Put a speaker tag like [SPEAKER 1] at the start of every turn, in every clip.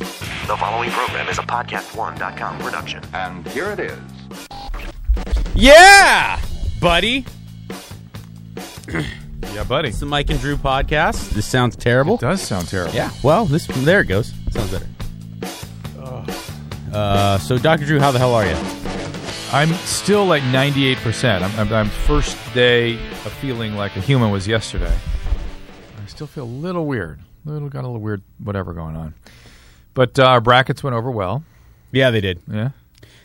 [SPEAKER 1] The following program is a podcast1.com production.
[SPEAKER 2] And here it is.
[SPEAKER 3] Yeah, buddy.
[SPEAKER 4] Yeah, buddy.
[SPEAKER 3] It's the Mike and Drew podcast. This sounds terrible.
[SPEAKER 4] It does sound terrible.
[SPEAKER 3] Yeah. Well, this there it goes. Sounds better. Uh, so Dr. Drew, how the hell are you?
[SPEAKER 4] I'm still like 98%. I'm, I'm, I'm first day of feeling like a human was yesterday. I still feel a little weird. Little got a little weird whatever going on. But uh, our brackets went over well.
[SPEAKER 3] Yeah, they did.
[SPEAKER 4] Yeah,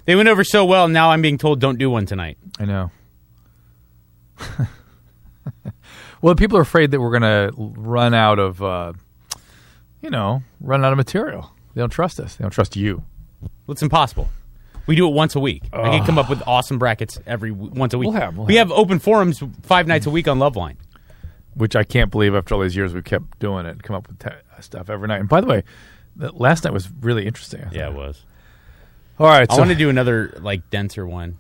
[SPEAKER 3] They went over so well. Now I'm being told don't do one tonight.
[SPEAKER 4] I know. well, people are afraid that we're going to run out of, uh, you know, run out of material. They don't trust us. They don't trust you.
[SPEAKER 3] Well, It's impossible. We do it once a week. I can come up with awesome brackets every w- once a week.
[SPEAKER 4] We'll have- we'll
[SPEAKER 3] we
[SPEAKER 4] have.
[SPEAKER 3] have open forums five nights a week on Loveline.
[SPEAKER 4] which I can't believe after all these years we kept doing it, come up with t- stuff every night. And by the way, the last night was really interesting. I thought.
[SPEAKER 3] was.
[SPEAKER 4] All right.
[SPEAKER 3] I
[SPEAKER 4] so,
[SPEAKER 3] want to do another like denser one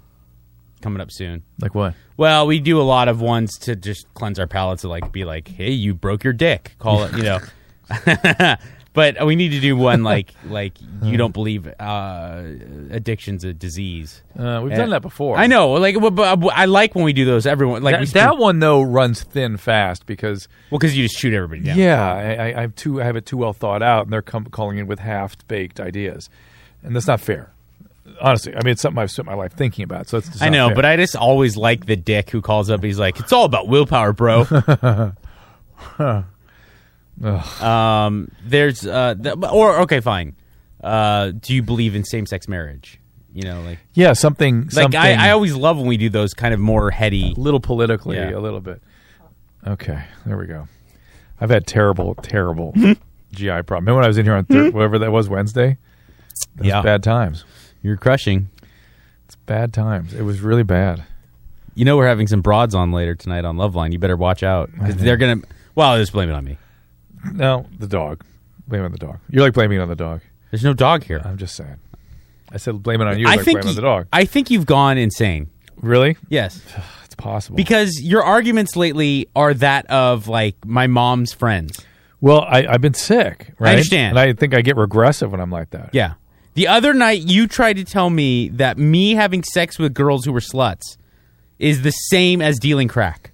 [SPEAKER 3] coming up soon.
[SPEAKER 4] like what?
[SPEAKER 3] Well, we do a lot of ones to just cleanse our palates to like be like, hey, you broke your dick. Call it, you know. but we need to do one like like
[SPEAKER 4] Uh-huh.
[SPEAKER 3] you don't believe uh, addiction's a disease.
[SPEAKER 4] Uh, we've
[SPEAKER 3] Eh,
[SPEAKER 4] done that before.
[SPEAKER 3] I know. Like, but, but uh, I like when we do those. Everyone like
[SPEAKER 4] That,
[SPEAKER 3] we
[SPEAKER 4] that one though runs thin fast because
[SPEAKER 3] well because you just shoot everybody
[SPEAKER 4] yeah,
[SPEAKER 3] down.
[SPEAKER 4] I, I, I have too I have it too well thought out, and they're com- calling in with half baked ideas, and that's not fair. Honestly, I mean it's something I've spent my life thinking about, so it's just
[SPEAKER 3] I
[SPEAKER 4] not
[SPEAKER 3] know,
[SPEAKER 4] fair.
[SPEAKER 3] but I just always like the dick who calls up. He's like, "It's all about willpower, bro." um, there's uh, the, or okay, fine. Uh, do you believe in same-sex marriage? You know, like
[SPEAKER 4] yeah, something
[SPEAKER 3] like
[SPEAKER 4] something
[SPEAKER 3] I, I always love when we do those kind of more heady.
[SPEAKER 4] a little politically,
[SPEAKER 3] Yeah.
[SPEAKER 4] a little bit. Okay, there we go. I've had terrible, terrible GI problem. Remember when I was in here on thir- whatever that was Wednesday? That
[SPEAKER 3] Mm-hmm. Yeah.
[SPEAKER 4] was bad times.
[SPEAKER 3] You're crushing.
[SPEAKER 4] It's bad times. It was really bad.
[SPEAKER 3] You know, we're having some broads on later tonight on Loveline. You better watch out 'cause they're gonna. Well, just blame it on me.
[SPEAKER 4] No, the dog. Blame it on the dog. You're like blaming it on the dog.
[SPEAKER 3] There's no dog here.
[SPEAKER 4] I'm just saying. I said blame it on you.
[SPEAKER 3] I
[SPEAKER 4] like
[SPEAKER 3] think
[SPEAKER 4] blame it on
[SPEAKER 3] you-
[SPEAKER 4] the dog.
[SPEAKER 3] I think you've gone insane.
[SPEAKER 4] Really?
[SPEAKER 3] Yes.
[SPEAKER 4] It's possible.
[SPEAKER 3] Because your arguments lately are that of like my mom's friends.
[SPEAKER 4] well, I, I've been sick. Right?
[SPEAKER 3] understand.
[SPEAKER 4] And I think I get regressive when I'm like that.
[SPEAKER 3] Yeah. The other night you tried to tell me that me having sex with girls who were sluts is the same as dealing crack.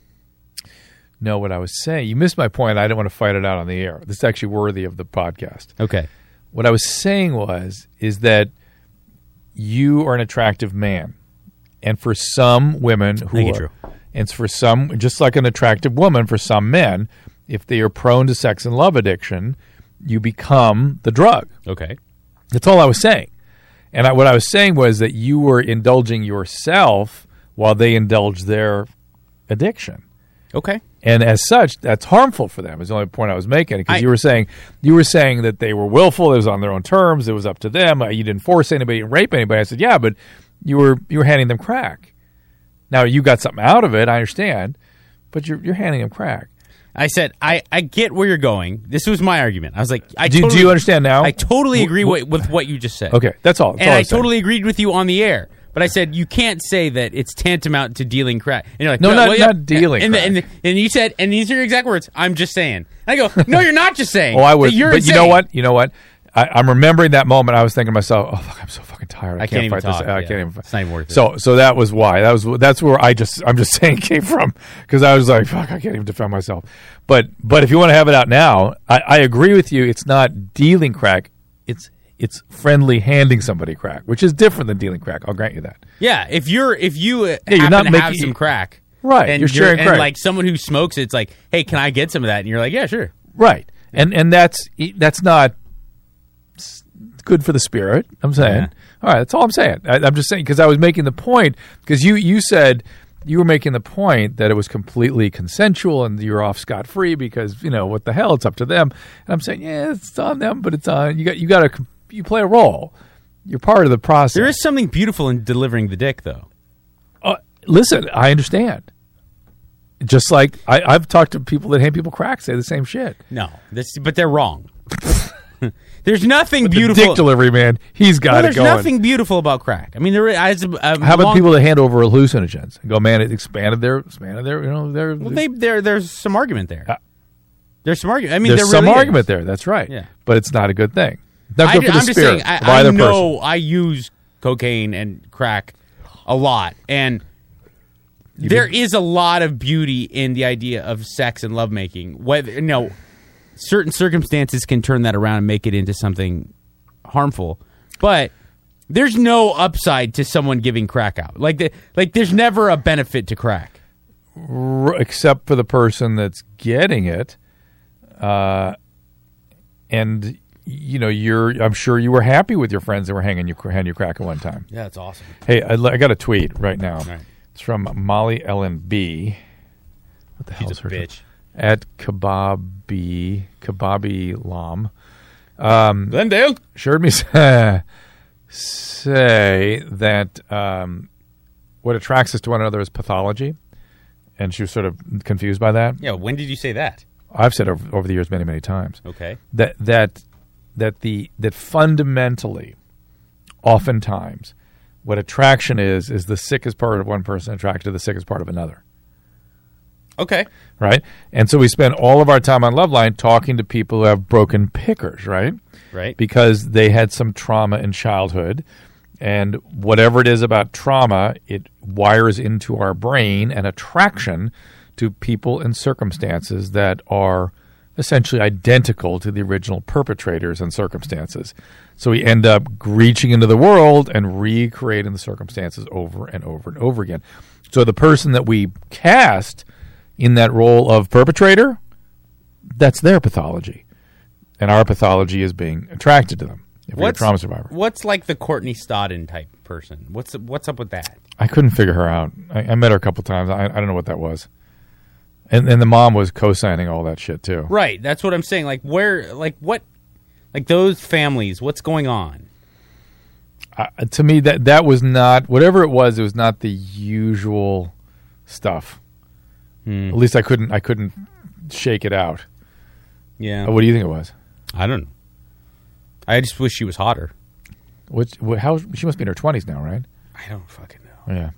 [SPEAKER 4] No, what I was saying. You missed my point. I didn't want to fight it out on the air. This is actually worthy of the podcast.
[SPEAKER 3] Okay.
[SPEAKER 4] what I was saying was is that you are an attractive man, and for some women who
[SPEAKER 3] Thank you,
[SPEAKER 4] are-
[SPEAKER 3] Drew.
[SPEAKER 4] and for some just like an attractive woman for some men, if they are prone to sex and love addiction, you become the drug.
[SPEAKER 3] Okay.
[SPEAKER 4] That's all I was saying. And I, what I was saying was that you were indulging yourself while they indulge their addiction
[SPEAKER 3] Okay.
[SPEAKER 4] and as such, that's harmful for them. Is the only point I was making
[SPEAKER 3] I-
[SPEAKER 4] because you were saying you were saying that they were willful. It was on their own terms. It was up to them. uh, You didn't force anybody, you didn't rape anybody. I said, yeah, but you were you were handing them crack. Now you got something out of it. I understand, but you're you're handing them crack.
[SPEAKER 3] I said I, I get where you're going. This was my argument. I was like I
[SPEAKER 4] Do,
[SPEAKER 3] totally,
[SPEAKER 4] do you understand now?
[SPEAKER 3] I totally agree with, with what you just said.
[SPEAKER 4] okay, that's all. That's
[SPEAKER 3] And
[SPEAKER 4] all
[SPEAKER 3] I
[SPEAKER 4] was saying.
[SPEAKER 3] totally agreed with you on the air. But I said you can't say that it's tantamount to dealing crack. And you're like,
[SPEAKER 4] No, not-
[SPEAKER 3] yeah."
[SPEAKER 4] not dealing
[SPEAKER 3] And,
[SPEAKER 4] crack.
[SPEAKER 3] and, and you said, and these are your exact words. I'm just saying. And I go, no, you're not just saying.
[SPEAKER 4] Oh, I would.
[SPEAKER 3] You're
[SPEAKER 4] but you know
[SPEAKER 3] insane."
[SPEAKER 4] what? You know what? I, I'm remembering that moment. I was thinking to myself, "Oh fuck, I'm so fucking tired. I,
[SPEAKER 3] I can't even
[SPEAKER 4] fight
[SPEAKER 3] talk,
[SPEAKER 4] this. I
[SPEAKER 3] yeah.
[SPEAKER 4] can't even.
[SPEAKER 3] It's not even worth it.
[SPEAKER 4] So, so that was why. That was that's where I just I'm just saying it came from because I was like, fuck, I can't even defend myself. But but if you want to have it out now, I, I agree with you. It's not dealing crack. It's it's friendly handing somebody crack, which is different than dealing crack. I'll grant you that.
[SPEAKER 3] Yeah, if you're if you yeah,
[SPEAKER 4] you're
[SPEAKER 3] you're
[SPEAKER 4] not
[SPEAKER 3] not to have
[SPEAKER 4] making-
[SPEAKER 3] some crack,
[SPEAKER 4] Right,
[SPEAKER 3] And
[SPEAKER 4] you're sharing
[SPEAKER 3] and,
[SPEAKER 4] crack.
[SPEAKER 3] like someone who smokes, it's like, hey, can I get some of that? And you're like, yeah, sure.
[SPEAKER 4] Right. And and that's e, that's not s- good for the spirit. I'm saying.
[SPEAKER 3] Yeah.
[SPEAKER 4] All right, that's all I'm saying. I, I'm just saying because I was making the point because you you said you were making the point that it was completely consensual and you're off scot free because you know what the hell it's up to them. And I'm saying yeah, it's on them, but it's on you got you got to you play a role. You're part of the process.
[SPEAKER 3] There is something beautiful in delivering the dick, though.
[SPEAKER 4] Uh, listen, I understand. Just like I, I've talked to people that hand people crack say the same shit.
[SPEAKER 3] No, this but they're wrong. there's nothing
[SPEAKER 4] The
[SPEAKER 3] beautiful.
[SPEAKER 4] dick delivery man, he's got
[SPEAKER 3] Well,
[SPEAKER 4] it
[SPEAKER 3] there's
[SPEAKER 4] going.
[SPEAKER 3] nothing beautiful about crack. I mean, there is. as a- a
[SPEAKER 4] How about
[SPEAKER 3] long-
[SPEAKER 4] people that hand over hallucinogens and go, man, it expanded their, expanded their, you know, their.
[SPEAKER 3] Well, they, there, there's some argument there.
[SPEAKER 4] Uh,
[SPEAKER 3] there's some argument. I mean,
[SPEAKER 4] there's
[SPEAKER 3] there
[SPEAKER 4] some
[SPEAKER 3] really is.
[SPEAKER 4] argument there. That's right.
[SPEAKER 3] Yeah.
[SPEAKER 4] But it's not a good thing. Not
[SPEAKER 3] I
[SPEAKER 4] good
[SPEAKER 3] ju-
[SPEAKER 4] for the
[SPEAKER 3] I'm just
[SPEAKER 4] spirit
[SPEAKER 3] saying, I,
[SPEAKER 4] of
[SPEAKER 3] I
[SPEAKER 4] either person.
[SPEAKER 3] know I use cocaine and crack a lot, and there is a lot of beauty in the idea of sex and lovemaking. Whether no, certain circumstances can turn that around and make it into something harmful, but. There's no upside to someone giving crack out. Like, the, like there's never a benefit to crack.
[SPEAKER 4] R- except for the person that's getting it. Uh, and you know, you're. I'm sure you were happy with your friends that were hanging you hand you crack at one time.
[SPEAKER 3] Yeah, that's awesome.
[SPEAKER 4] Hey, I, I got a tweet right now.
[SPEAKER 3] right.
[SPEAKER 4] It's from Molly Ellen B. What the hell
[SPEAKER 3] She's
[SPEAKER 4] is
[SPEAKER 3] a
[SPEAKER 4] her
[SPEAKER 3] bitch.
[SPEAKER 4] At Kebabi Kebabi Lam
[SPEAKER 3] Glendale.
[SPEAKER 4] she heard me say, say that um, what attracts us to one another is pathology, and she was sort of confused by that.
[SPEAKER 3] Yeah. When did you say that?
[SPEAKER 4] I've said over, over the years many, many times
[SPEAKER 3] Okay.
[SPEAKER 4] that that that the that fundamentally, oftentimes, what attraction is is the sickest part of one person attracted to the sickest part of another.
[SPEAKER 3] Okay.
[SPEAKER 4] Right, and so we spend all of our time on Loveline talking to people who have broken pickers. Right,
[SPEAKER 3] Right.
[SPEAKER 4] because they had some trauma in childhood, and whatever it is about trauma, it wires into our brain an attraction to people and circumstances that are essentially identical to the original perpetrators and circumstances. So we end up reaching into the world and recreating the circumstances over and over and over again. So the person that we cast in that role of perpetrator, that's their pathology. And our pathology is being attracted to them. If you're a trauma survivor.
[SPEAKER 3] What's like the Courtney Stodden type person? What's what's up with that?
[SPEAKER 4] I couldn't figure her out. I, I met her a couple times. I, I don't know what that was. And and the mom was co-signing all that shit too.
[SPEAKER 3] Right, that's what I'm saying. Like where, like what, like those families. What's going on?
[SPEAKER 4] Uh, to me, that that was not whatever it was. It was not the usual stuff.
[SPEAKER 3] Hmm.
[SPEAKER 4] At least I couldn't. I couldn't shake it out.
[SPEAKER 3] Yeah,
[SPEAKER 4] Uh, What do you think it was?
[SPEAKER 3] I don't. know. I just wish she was hotter.
[SPEAKER 4] What, what? How? She must be in her twenties now, right?
[SPEAKER 3] I don't fucking know.
[SPEAKER 4] Yeah.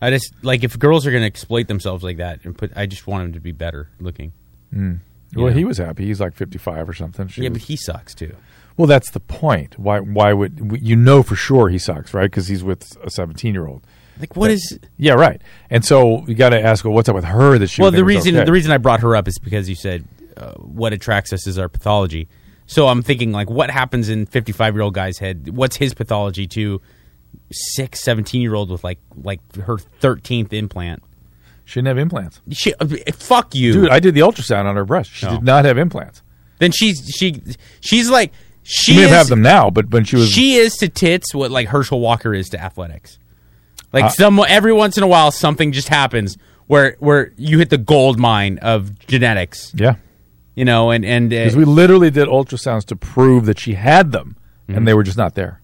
[SPEAKER 3] I just like if girls are going to exploit themselves like that and put. I just want them to be better looking.
[SPEAKER 4] Well,
[SPEAKER 3] Yeah.
[SPEAKER 4] he was happy. He's like fifty-five or something. She
[SPEAKER 3] Yeah,
[SPEAKER 4] was-
[SPEAKER 3] but he sucks too.
[SPEAKER 4] Well, that's the point. Why? Why would you know for sure he sucks, right? Because he's with a seventeen-year-old.
[SPEAKER 3] Like what is?
[SPEAKER 4] Yeah, right. And so you got to ask, well, what's up with her? That she
[SPEAKER 3] Well,
[SPEAKER 4] would
[SPEAKER 3] the
[SPEAKER 4] think was
[SPEAKER 3] reason
[SPEAKER 4] okay?
[SPEAKER 3] the reason I brought her up is because you said uh, what attracts us is our pathology. So I'm thinking like what happens in 55 year old guy's head? What's his pathology to six 17 year old with like like her 13th implant?
[SPEAKER 4] she didn't have implants,
[SPEAKER 3] She, uh, fuck you,
[SPEAKER 4] dude. I did the ultrasound on her breast. She
[SPEAKER 3] No.
[SPEAKER 4] did not have implants.
[SPEAKER 3] then she's she she's like she
[SPEAKER 4] She may
[SPEAKER 3] is,
[SPEAKER 4] have had them now, but when she was
[SPEAKER 3] she is to tits what like Herschel Walker is to athletics.
[SPEAKER 4] Uh,
[SPEAKER 3] Like some every once in a while something just happens where where you hit the gold mine of genetics,
[SPEAKER 4] yeah,
[SPEAKER 3] you know, and and uh,
[SPEAKER 4] because we literally did ultrasounds to prove that she had them, and they were just not there.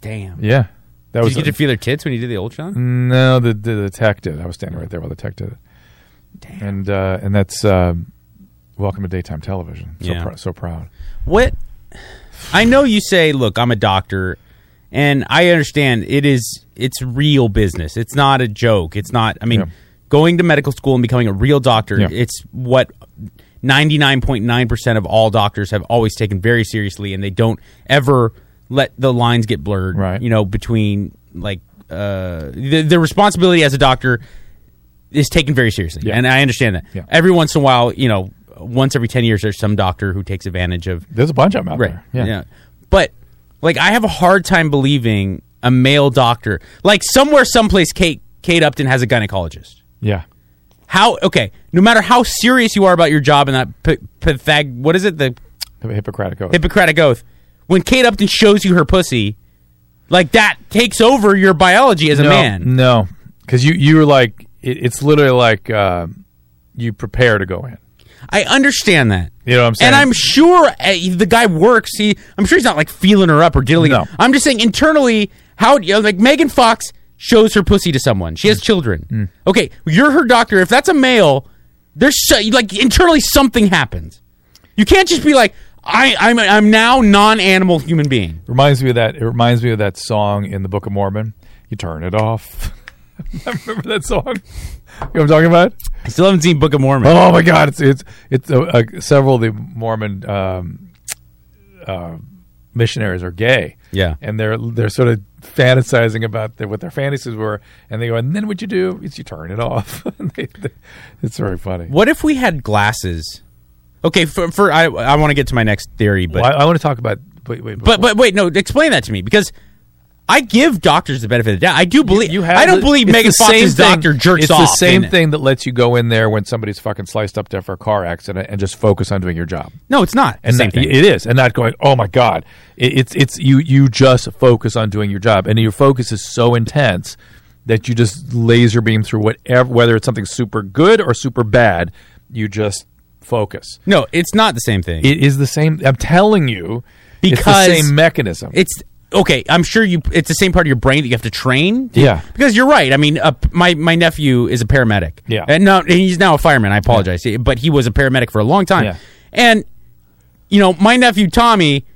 [SPEAKER 3] damn.
[SPEAKER 4] Yeah, that
[SPEAKER 3] Did
[SPEAKER 4] was
[SPEAKER 3] you get to feel their tits when you did the ultrasound?
[SPEAKER 4] no. The, the the tech did. I was standing right there while the tech did it. Damn. And uh, and that's uh, welcome to daytime television. So
[SPEAKER 3] Yeah.
[SPEAKER 4] prou- so proud.
[SPEAKER 3] What? I know you say, look, I'm a doctor, and I understand it is it's real business. It's not a joke. It's not. I mean,
[SPEAKER 4] Yeah.
[SPEAKER 3] going to medical school and becoming a real doctor.
[SPEAKER 4] Yeah.
[SPEAKER 3] It's what. 99.9% of all doctors have always taken very seriously and they don't ever let the lines get blurred
[SPEAKER 4] Right.
[SPEAKER 3] you know between like uh the, the responsibility as a doctor is taken very seriously,
[SPEAKER 4] Yeah.
[SPEAKER 3] and I understand that.
[SPEAKER 4] Yeah.
[SPEAKER 3] Every once in a while, you know, once every ten years, there's some doctor who takes advantage of
[SPEAKER 4] There's a bunch of them out
[SPEAKER 3] right.
[SPEAKER 4] there.
[SPEAKER 3] but like I have a hard time believing a male doctor, like somewhere, someplace, Kate Kate Upton has a gynecologist.
[SPEAKER 4] yeah.
[SPEAKER 3] How okay? No matter how serious you are about your job and that p- Pythag, what is it? The
[SPEAKER 4] Have a Hippocratic oath.
[SPEAKER 3] Hippocratic oath. When Kate Upton shows you her pussy, like that takes over your biology as a
[SPEAKER 4] no,
[SPEAKER 3] man.
[SPEAKER 4] No, because you you were like it, it's literally like uh, you prepare to go in.
[SPEAKER 3] I understand that.
[SPEAKER 4] You know what I'm saying?
[SPEAKER 3] And I'm sure uh, the guy works. He, I'm sure he's not like feeling her up or diddling.
[SPEAKER 4] No.
[SPEAKER 3] I'm just saying internally, how you know, like Megan Fox shows her pussy to someone. She has children. Okay, you're her doctor. If that's a male, there's so, like internally something happens. You can't just be like I, I'm. I'm now non-animal human being.
[SPEAKER 4] reminds me of that. It reminds me of that song in the Book of Mormon. You turn it off. I remember that song. You know what I'm talking about?
[SPEAKER 3] I still haven't seen Book of Mormon.
[SPEAKER 4] Oh my God! It's it's it's uh, uh, several of the Mormon um, uh, missionaries are gay.
[SPEAKER 3] Yeah.
[SPEAKER 4] and they're they're sort of fantasizing about their, what their fantasies were, and they go, and then what you do is you turn it off. And they, they- it's very funny.
[SPEAKER 3] What if we had glasses? Okay, for, for I I want to get to my next theory, but
[SPEAKER 4] Well, I, want to talk about. Wait, wait,
[SPEAKER 3] but but wait, no, explain that to me because I give doctors the benefit of the doubt. I do believe I don't
[SPEAKER 4] the-
[SPEAKER 3] believe
[SPEAKER 4] it's
[SPEAKER 3] Megan
[SPEAKER 4] the same
[SPEAKER 3] Fox's
[SPEAKER 4] thing-
[SPEAKER 3] doctor jerks
[SPEAKER 4] it's
[SPEAKER 3] off.
[SPEAKER 4] the same
[SPEAKER 3] in it.
[SPEAKER 4] thing that lets you go in there when somebody's fucking sliced up there for a car accident and just focus on doing your job.
[SPEAKER 3] No, it's not.
[SPEAKER 4] And
[SPEAKER 3] the same
[SPEAKER 4] that-
[SPEAKER 3] thing.
[SPEAKER 4] it is, and not going. Oh my god, It- it's it's you you just focus on doing your job, and your focus is so intense that you just laser beam through whatever, whether it's something super good or super bad, you just focus.
[SPEAKER 3] no, it's not the same thing.
[SPEAKER 4] It is the same. I'm telling you,
[SPEAKER 3] Because
[SPEAKER 4] it's the same mechanism.
[SPEAKER 3] it's okay. I'm sure you. It's the same part of your brain that you have to train.
[SPEAKER 4] Yeah.
[SPEAKER 3] because you're right. I mean, uh, my my nephew is a paramedic.
[SPEAKER 4] Yeah.
[SPEAKER 3] and no, he's now a fireman. I apologize, but he was a paramedic for a long time.
[SPEAKER 4] Yeah.
[SPEAKER 3] And you know, my nephew Tommy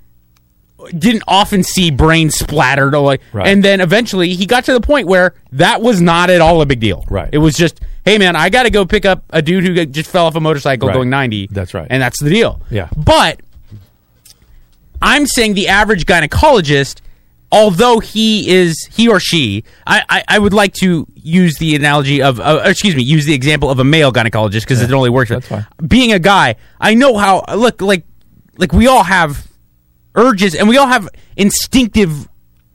[SPEAKER 3] didn't often see brain splattered or like,
[SPEAKER 4] Right.
[SPEAKER 3] and then eventually he got to the point where that was not at all a big deal.
[SPEAKER 4] Right.
[SPEAKER 3] it was just. Hey man, I got to go pick up a dude who just fell off a motorcycle
[SPEAKER 4] Right.
[SPEAKER 3] going 90.
[SPEAKER 4] That's right.
[SPEAKER 3] And that's the deal.
[SPEAKER 4] Yeah.
[SPEAKER 3] But I'm saying the average gynecologist, although he is he or she, I, I, I would like to use the analogy of uh, excuse me, use the example of a male gynecologist because it only works.
[SPEAKER 4] that's fine.
[SPEAKER 3] Being a guy, I know how look like like we all have urges and we all have instinctive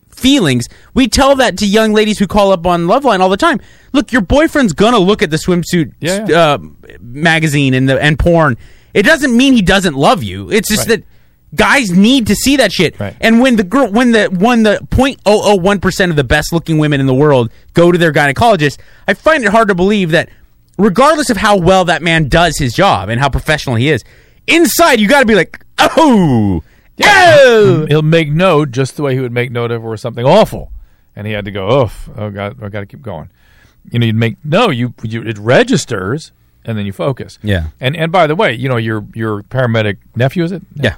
[SPEAKER 3] feelings. We tell that to young ladies who call up on Loveline all the time. Look, your boyfriend's gonna look at the swimsuit
[SPEAKER 4] Yeah,
[SPEAKER 3] Uh, magazine and the and porn. It doesn't mean he doesn't love you. It's just
[SPEAKER 4] Right.
[SPEAKER 3] that guys need to see that shit.
[SPEAKER 4] Right.
[SPEAKER 3] And when the girl, when the when the point oh oh one percent of the best looking women in the world go to their gynecologist, I find it hard to believe that, regardless of how well that man does his job and how professional he is, inside you got to be like, oh, oh,
[SPEAKER 4] he'll make note just the way he would make note if it were something awful, and he had to go, oh, oh god, I got to keep going. You know, you'd make no, you, you it registers, and then you focus.
[SPEAKER 3] Yeah.
[SPEAKER 4] And and by the way, you know your your paramedic nephew is it?
[SPEAKER 3] Yeah.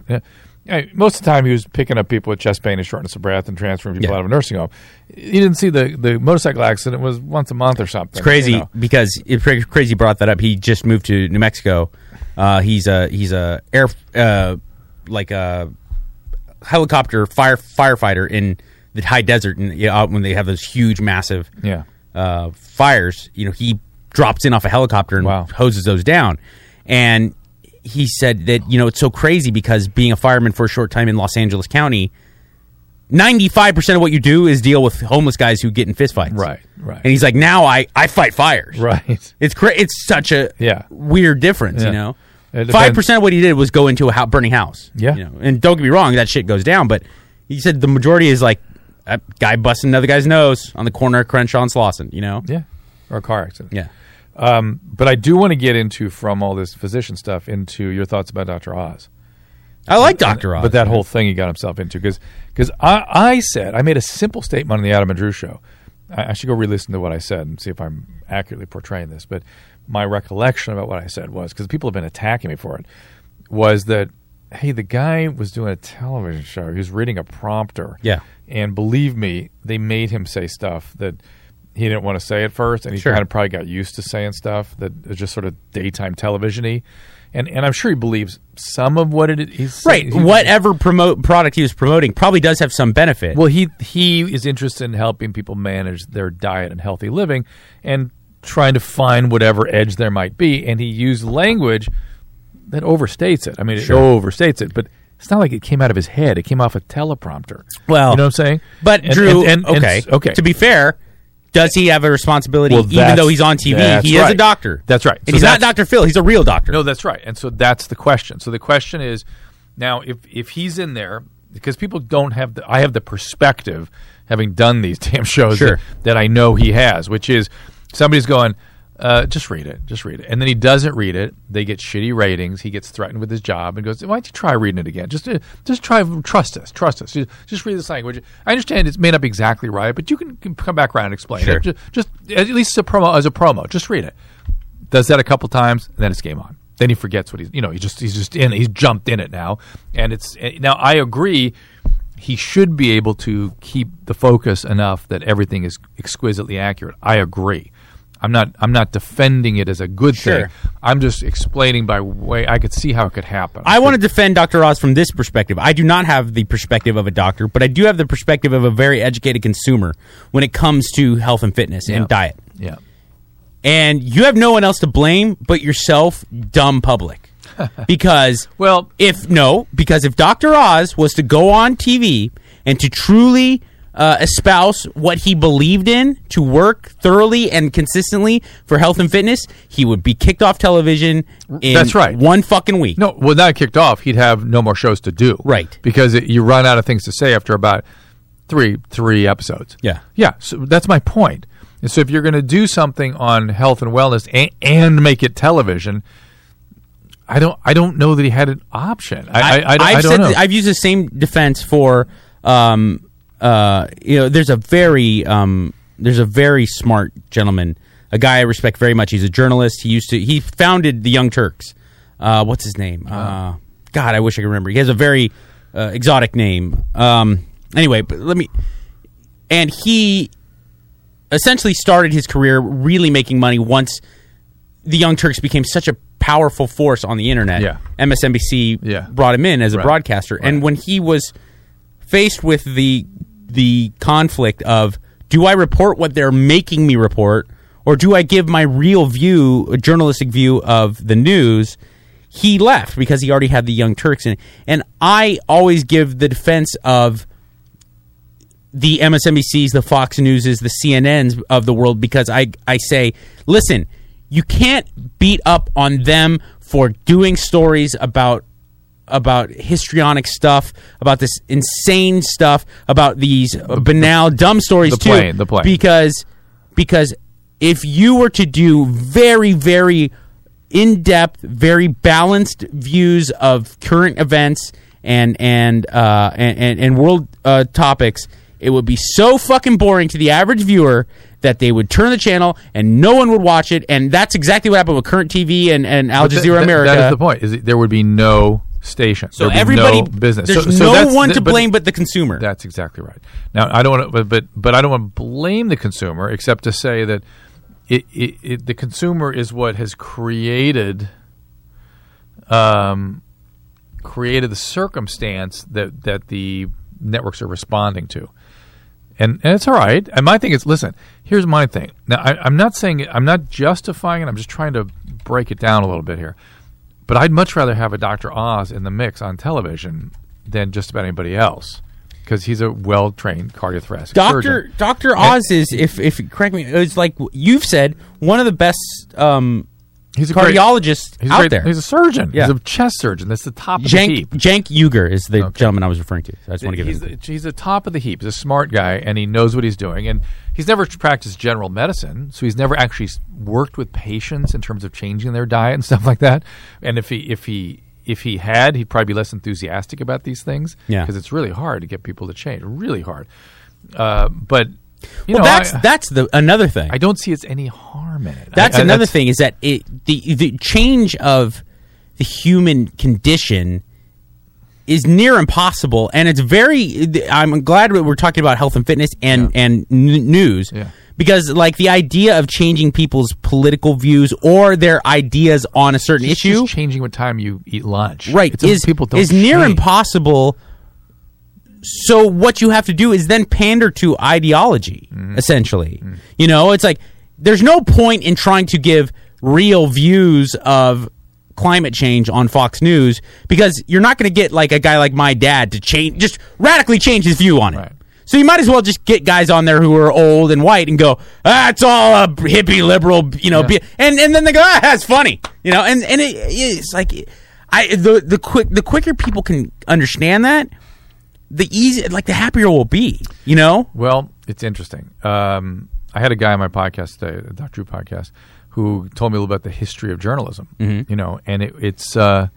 [SPEAKER 4] Hey, most of the time, he was picking up people with chest pain and shortness of breath and transferring people
[SPEAKER 3] Yeah.
[SPEAKER 4] out of a nursing home. He didn't see the, the motorcycle accident was once a month or something.
[SPEAKER 3] crazy
[SPEAKER 4] you know.
[SPEAKER 3] because it, cra- crazy brought that up. He just moved to New Mexico. Uh, he's a he's a air uh, like a helicopter fire firefighter in the high desert and you know, out when they have those huge massive
[SPEAKER 4] Yeah.
[SPEAKER 3] uh, fires. You know, he drops in off a helicopter and
[SPEAKER 4] Wow.
[SPEAKER 3] hoses those down. And he said that you know it's so crazy because being a fireman for a short time in Los Angeles County. 95% of what you do is deal with homeless guys who get in fistfights.
[SPEAKER 4] Right, right.
[SPEAKER 3] And he's like, now I, I fight fires.
[SPEAKER 4] Right.
[SPEAKER 3] It's cra- It's such a
[SPEAKER 4] Yeah.
[SPEAKER 3] weird difference,
[SPEAKER 4] Yeah.
[SPEAKER 3] you know.
[SPEAKER 4] It depends.
[SPEAKER 3] Five percent of what he did was go into a hou- burning house.
[SPEAKER 4] Yeah.
[SPEAKER 3] you know? and don't get me wrong, that shit goes down. But he said the majority is like a guy busting another guy's nose on the corner of Crenshaw and Slauson. You know.
[SPEAKER 4] Yeah. Or a car accident.
[SPEAKER 3] Yeah.
[SPEAKER 4] But I do want to get into from all this physician stuff into your thoughts about Dr. Oz.
[SPEAKER 3] I like Doctor Oz.
[SPEAKER 4] But that whole thing he got himself into because I, I said I made a simple statement on the Adam and Drew show. I, I should go re-listen to what I said and see if I'm accurately portraying this. But my recollection about what I said was because people have been attacking me for it was that hey the guy was doing a television show he was reading a prompter
[SPEAKER 3] Yeah.
[SPEAKER 4] and believe me they made him say stuff that he didn't want to say at first and he
[SPEAKER 3] Sure.
[SPEAKER 4] kind of probably got used to saying stuff that is just sort of daytime televisiony and and I'm sure he believes some of what it is he's
[SPEAKER 3] right.
[SPEAKER 4] he-
[SPEAKER 3] Whatever promote product he was promoting probably does have some benefit.
[SPEAKER 4] well, he he is interested in helping people manage their diet and healthy living, and trying to find whatever edge there might be. And he used language that overstates it. I mean,
[SPEAKER 3] Sure.
[SPEAKER 4] it overstates it, but it's not like it came out of his head. It came off a teleprompter.
[SPEAKER 3] Well,
[SPEAKER 4] you know what I'm saying?
[SPEAKER 3] but
[SPEAKER 4] And-
[SPEAKER 3] Drew,
[SPEAKER 4] and- and- and-
[SPEAKER 3] okay,
[SPEAKER 4] okay.
[SPEAKER 3] To be fair, does he have a responsibility?
[SPEAKER 4] Well,
[SPEAKER 3] even
[SPEAKER 4] that's-
[SPEAKER 3] though he's on TV,
[SPEAKER 4] that's
[SPEAKER 3] he is a
[SPEAKER 4] right.
[SPEAKER 3] doctor.
[SPEAKER 4] That's right.
[SPEAKER 3] And
[SPEAKER 4] So
[SPEAKER 3] he's not
[SPEAKER 4] that's-
[SPEAKER 3] Doctor Phil. He's a real doctor.
[SPEAKER 4] No, that's right. And so that's the question. So the question is now if if he's in there because people don't have the I have the perspective having done these damn shows
[SPEAKER 3] Sure.
[SPEAKER 4] that, that I know he has, which is somebody's going uh, just read it, just read it, and then he doesn't read it. They get shitty ratings. He gets threatened with his job and goes, "Why don't you try reading it again? Just, uh, just try. Trust us, trust us. Just, just read this language. I understand it may not be exactly right, but you can, can come back around and explain
[SPEAKER 3] Sure.
[SPEAKER 4] it. Just, just at least as a promo, as a promo, just read it." does that a couple times, and then it's game on. Then he forgets what he's you know he just he's just in he's jumped in it now, and it's now I agree he should be able to keep the focus enough that everything is exquisitely accurate. I agree. I'm not I'm not defending it as a good
[SPEAKER 3] Sure.
[SPEAKER 4] thing. I'm just explaining by way I could see how it could happen.
[SPEAKER 3] I want to defend Dr. Oz from this perspective. I do not have the perspective of a doctor, but I do have the perspective of a very educated consumer when it comes to health and fitness
[SPEAKER 4] Yeah.
[SPEAKER 3] and diet.
[SPEAKER 4] yeah.
[SPEAKER 3] And you have no one else to blame but yourself, dumb public. Because
[SPEAKER 4] Well-
[SPEAKER 3] if no, because if Dr. Oz was to go on TV and to truly uh, espouse what he believed in to work thoroughly and consistently for health and fitness, he would be kicked off television in
[SPEAKER 4] That's right.
[SPEAKER 3] one fucking week.
[SPEAKER 4] No, well, not kicked off. He'd have no more shows to do,
[SPEAKER 3] Right.
[SPEAKER 4] Because it, you run out of things to say after about three three episodes.
[SPEAKER 3] Yeah.
[SPEAKER 4] yeah. So that's my point. And so if you're going to do something on health and wellness and, and make it television, I don't I don't know that he had an option. I I, I, I
[SPEAKER 3] I've
[SPEAKER 4] don't
[SPEAKER 3] said
[SPEAKER 4] know.
[SPEAKER 3] th- I've used the same defense for um uh you know there's a very um there's a very smart gentleman a guy I respect very much he's a journalist he used to he founded the Young Turks uh what's his name
[SPEAKER 4] Uh-huh.
[SPEAKER 3] uh God I wish I could remember he has a very uh, exotic name um anyway but let me and he essentially started his career really making money once the Young Turks became such a powerful force on the internet.
[SPEAKER 4] Yeah.
[SPEAKER 3] MSNBC
[SPEAKER 4] Yeah.
[SPEAKER 3] brought him in as a
[SPEAKER 4] Right.
[SPEAKER 3] broadcaster, and when he was faced with the the conflict of do I report what they're making me report, or do I give my real view, a journalistic view of the news? He left because he already had the Young Turks in it. And I always give the defense of the MSNBCs, the Fox Newses, the CNNs of the world because I I say, listen, you can't beat up on them for doing stories about about histrionic stuff, about this insane stuff, about these banal dumb stories
[SPEAKER 4] The
[SPEAKER 3] too.
[SPEAKER 4] plane, the plane.
[SPEAKER 3] Because because if you were to do very very in-depth, very balanced views of current events and and uh, and, and and world uh, topics, it would be so fucking boring to the average viewer that they would turn the channel and no one would watch it. And that's exactly what happened with current TV and, and Al
[SPEAKER 4] But th-
[SPEAKER 3] Jazeera
[SPEAKER 4] th-
[SPEAKER 3] America.
[SPEAKER 4] That is the point. Is that there would be no station.
[SPEAKER 3] so
[SPEAKER 4] There'd be
[SPEAKER 3] everybody,
[SPEAKER 4] no business.
[SPEAKER 3] there's
[SPEAKER 4] So- so
[SPEAKER 3] no
[SPEAKER 4] that's-
[SPEAKER 3] one to
[SPEAKER 4] th- but-
[SPEAKER 3] blame but the consumer.
[SPEAKER 4] That's exactly right. Now I don't want to, but, but but I don't want to blame the consumer, except to say that it, it, it the consumer is what has created, um, created the circumstance that that the networks are responding to, and and it's all right. And my thing is, listen, here's my thing. Now I, I'm not saying I'm not justifying it. I'm just trying to break it down a little bit here. But I'd much rather have a Dr. Oz in the mix on television than just about anybody else because he's a well trained cardiothoracic
[SPEAKER 3] Doctor
[SPEAKER 4] surgeon.
[SPEAKER 3] Doctor Oz is if if correct me, it's like you've said one of the best um,
[SPEAKER 4] He's a great-
[SPEAKER 3] cardiologists
[SPEAKER 4] he's a
[SPEAKER 3] out
[SPEAKER 4] great-
[SPEAKER 3] there.
[SPEAKER 4] He's a surgeon.
[SPEAKER 3] Yeah.
[SPEAKER 4] He's a chest surgeon. That's the top of the
[SPEAKER 3] Jank
[SPEAKER 4] heap.
[SPEAKER 3] Jank Uger is the gentleman I was referring to. I just want to give
[SPEAKER 4] he's,
[SPEAKER 3] him.
[SPEAKER 4] he's the top of the heap. He's a smart guy, and he knows what he's doing. And he's never practiced general medicine, so he's never actually s- worked with patients in terms of changing their diet and stuff like that. And if he if he if he had, he'd probably be less enthusiastic about these things
[SPEAKER 3] Yeah.
[SPEAKER 4] because it's really hard to get people to change. Really hard. Uh, but you
[SPEAKER 3] Well,
[SPEAKER 4] know,
[SPEAKER 3] that's
[SPEAKER 4] I,
[SPEAKER 3] that's the another thing.
[SPEAKER 4] I don't see it's any harm in it.
[SPEAKER 3] that's
[SPEAKER 4] I- I-
[SPEAKER 3] another thing is that it the the change of the human condition is near impossible, and it's very. I'm glad that we're talking about health and fitness and and n- news
[SPEAKER 4] Yeah.
[SPEAKER 3] because like the idea of changing people's political views or their ideas on a certain
[SPEAKER 4] It's
[SPEAKER 3] issue
[SPEAKER 4] just changing what time you eat lunch.
[SPEAKER 3] right
[SPEAKER 4] It's-
[SPEAKER 3] is
[SPEAKER 4] people don't
[SPEAKER 3] is near
[SPEAKER 4] change.
[SPEAKER 3] impossible so what you have to do is then pander to ideology
[SPEAKER 4] Mm-hmm.
[SPEAKER 3] essentially you know it's like there's no point in trying to give real views of climate change on Fox News because you're not going to get like a guy like my dad to change just radically change his view on it
[SPEAKER 4] Right.
[SPEAKER 3] so you might as well just get guys on there who are old and white and go, that's all a hippie liberal, you know, be-" and and then they go, ah, that's funny, you know, and and it, it's like, I the the quick the quicker people can understand that, the easy like the happier we'll be, you know.
[SPEAKER 4] Well, it's interesting. Um, I had a guy on my podcast today, the Dr. Drew podcast, who told me a little about the history of journalism.
[SPEAKER 3] Mm-hmm.
[SPEAKER 4] You know, and it, it's uh,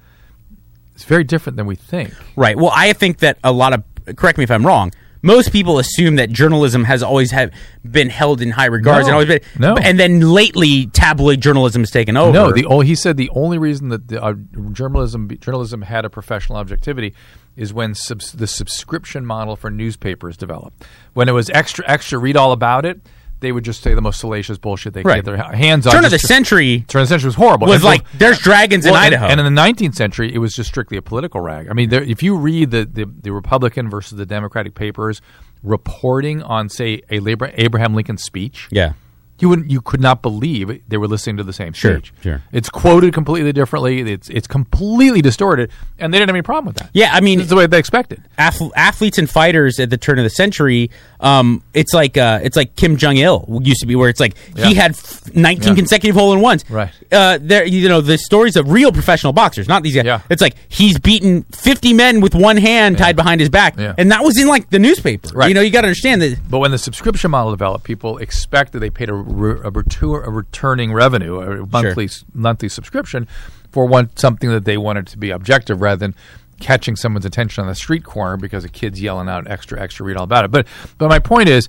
[SPEAKER 4] it's very different than we think.
[SPEAKER 3] Right. Well, I think that a lot of correct me if I'm wrong. Most people assume that journalism has always have been held in high regards
[SPEAKER 4] No.
[SPEAKER 3] and always been
[SPEAKER 4] No.
[SPEAKER 3] and then lately tabloid journalism has taken over.
[SPEAKER 4] No, the oh, he said the only reason that the, uh, journalism journalism had a professional objectivity is when subs, the subscription model for newspapers developed. When it was extra extra, read all about it. they would just say the most salacious bullshit they could
[SPEAKER 3] Right.
[SPEAKER 4] get their ha- hands on.
[SPEAKER 3] Turn of the
[SPEAKER 4] just to-
[SPEAKER 3] century
[SPEAKER 4] Turn of the century was horrible.
[SPEAKER 3] was
[SPEAKER 4] And so-
[SPEAKER 3] like there's dragons in
[SPEAKER 4] well, and-
[SPEAKER 3] Idaho.
[SPEAKER 4] And, in the 19th century, it was just strictly a political rag. I mean, there, if you read the, the, the Republican versus the Democratic papers reporting on, say, a labor, Abraham Lincoln speech,
[SPEAKER 3] yeah.
[SPEAKER 4] you wouldn't, you could not believe they were listening to the same
[SPEAKER 3] Sure,
[SPEAKER 4] speech.
[SPEAKER 3] sure.
[SPEAKER 4] It's quoted completely differently. It's it's completely distorted, and they didn't have any problem with that.
[SPEAKER 3] Yeah, I mean-
[SPEAKER 4] it's the way they expected.
[SPEAKER 3] ath- athletes and fighters at the turn of the century, um, it's like uh, it's like Kim Jong Il used to be, where it's like
[SPEAKER 4] Yeah.
[SPEAKER 3] he had f- 19 consecutive hole in ones.
[SPEAKER 4] Right.
[SPEAKER 3] Uh, there, you know, the stories of real professional boxers, not these guys.
[SPEAKER 4] Yeah.
[SPEAKER 3] It's like he's beaten 50 men with one hand tied behind his back,
[SPEAKER 4] Yeah.
[SPEAKER 3] and that was in like the newspaper.
[SPEAKER 4] Right.
[SPEAKER 3] You know, you got to understand that.
[SPEAKER 4] But when the subscription model developed, people expect that they paid a, re- a, retur- a returning revenue, a monthly monthly subscription for one something that they wanted to be objective rather than catching someone's attention on the street corner because a kid's yelling out extra extra read all about it. But but my point is,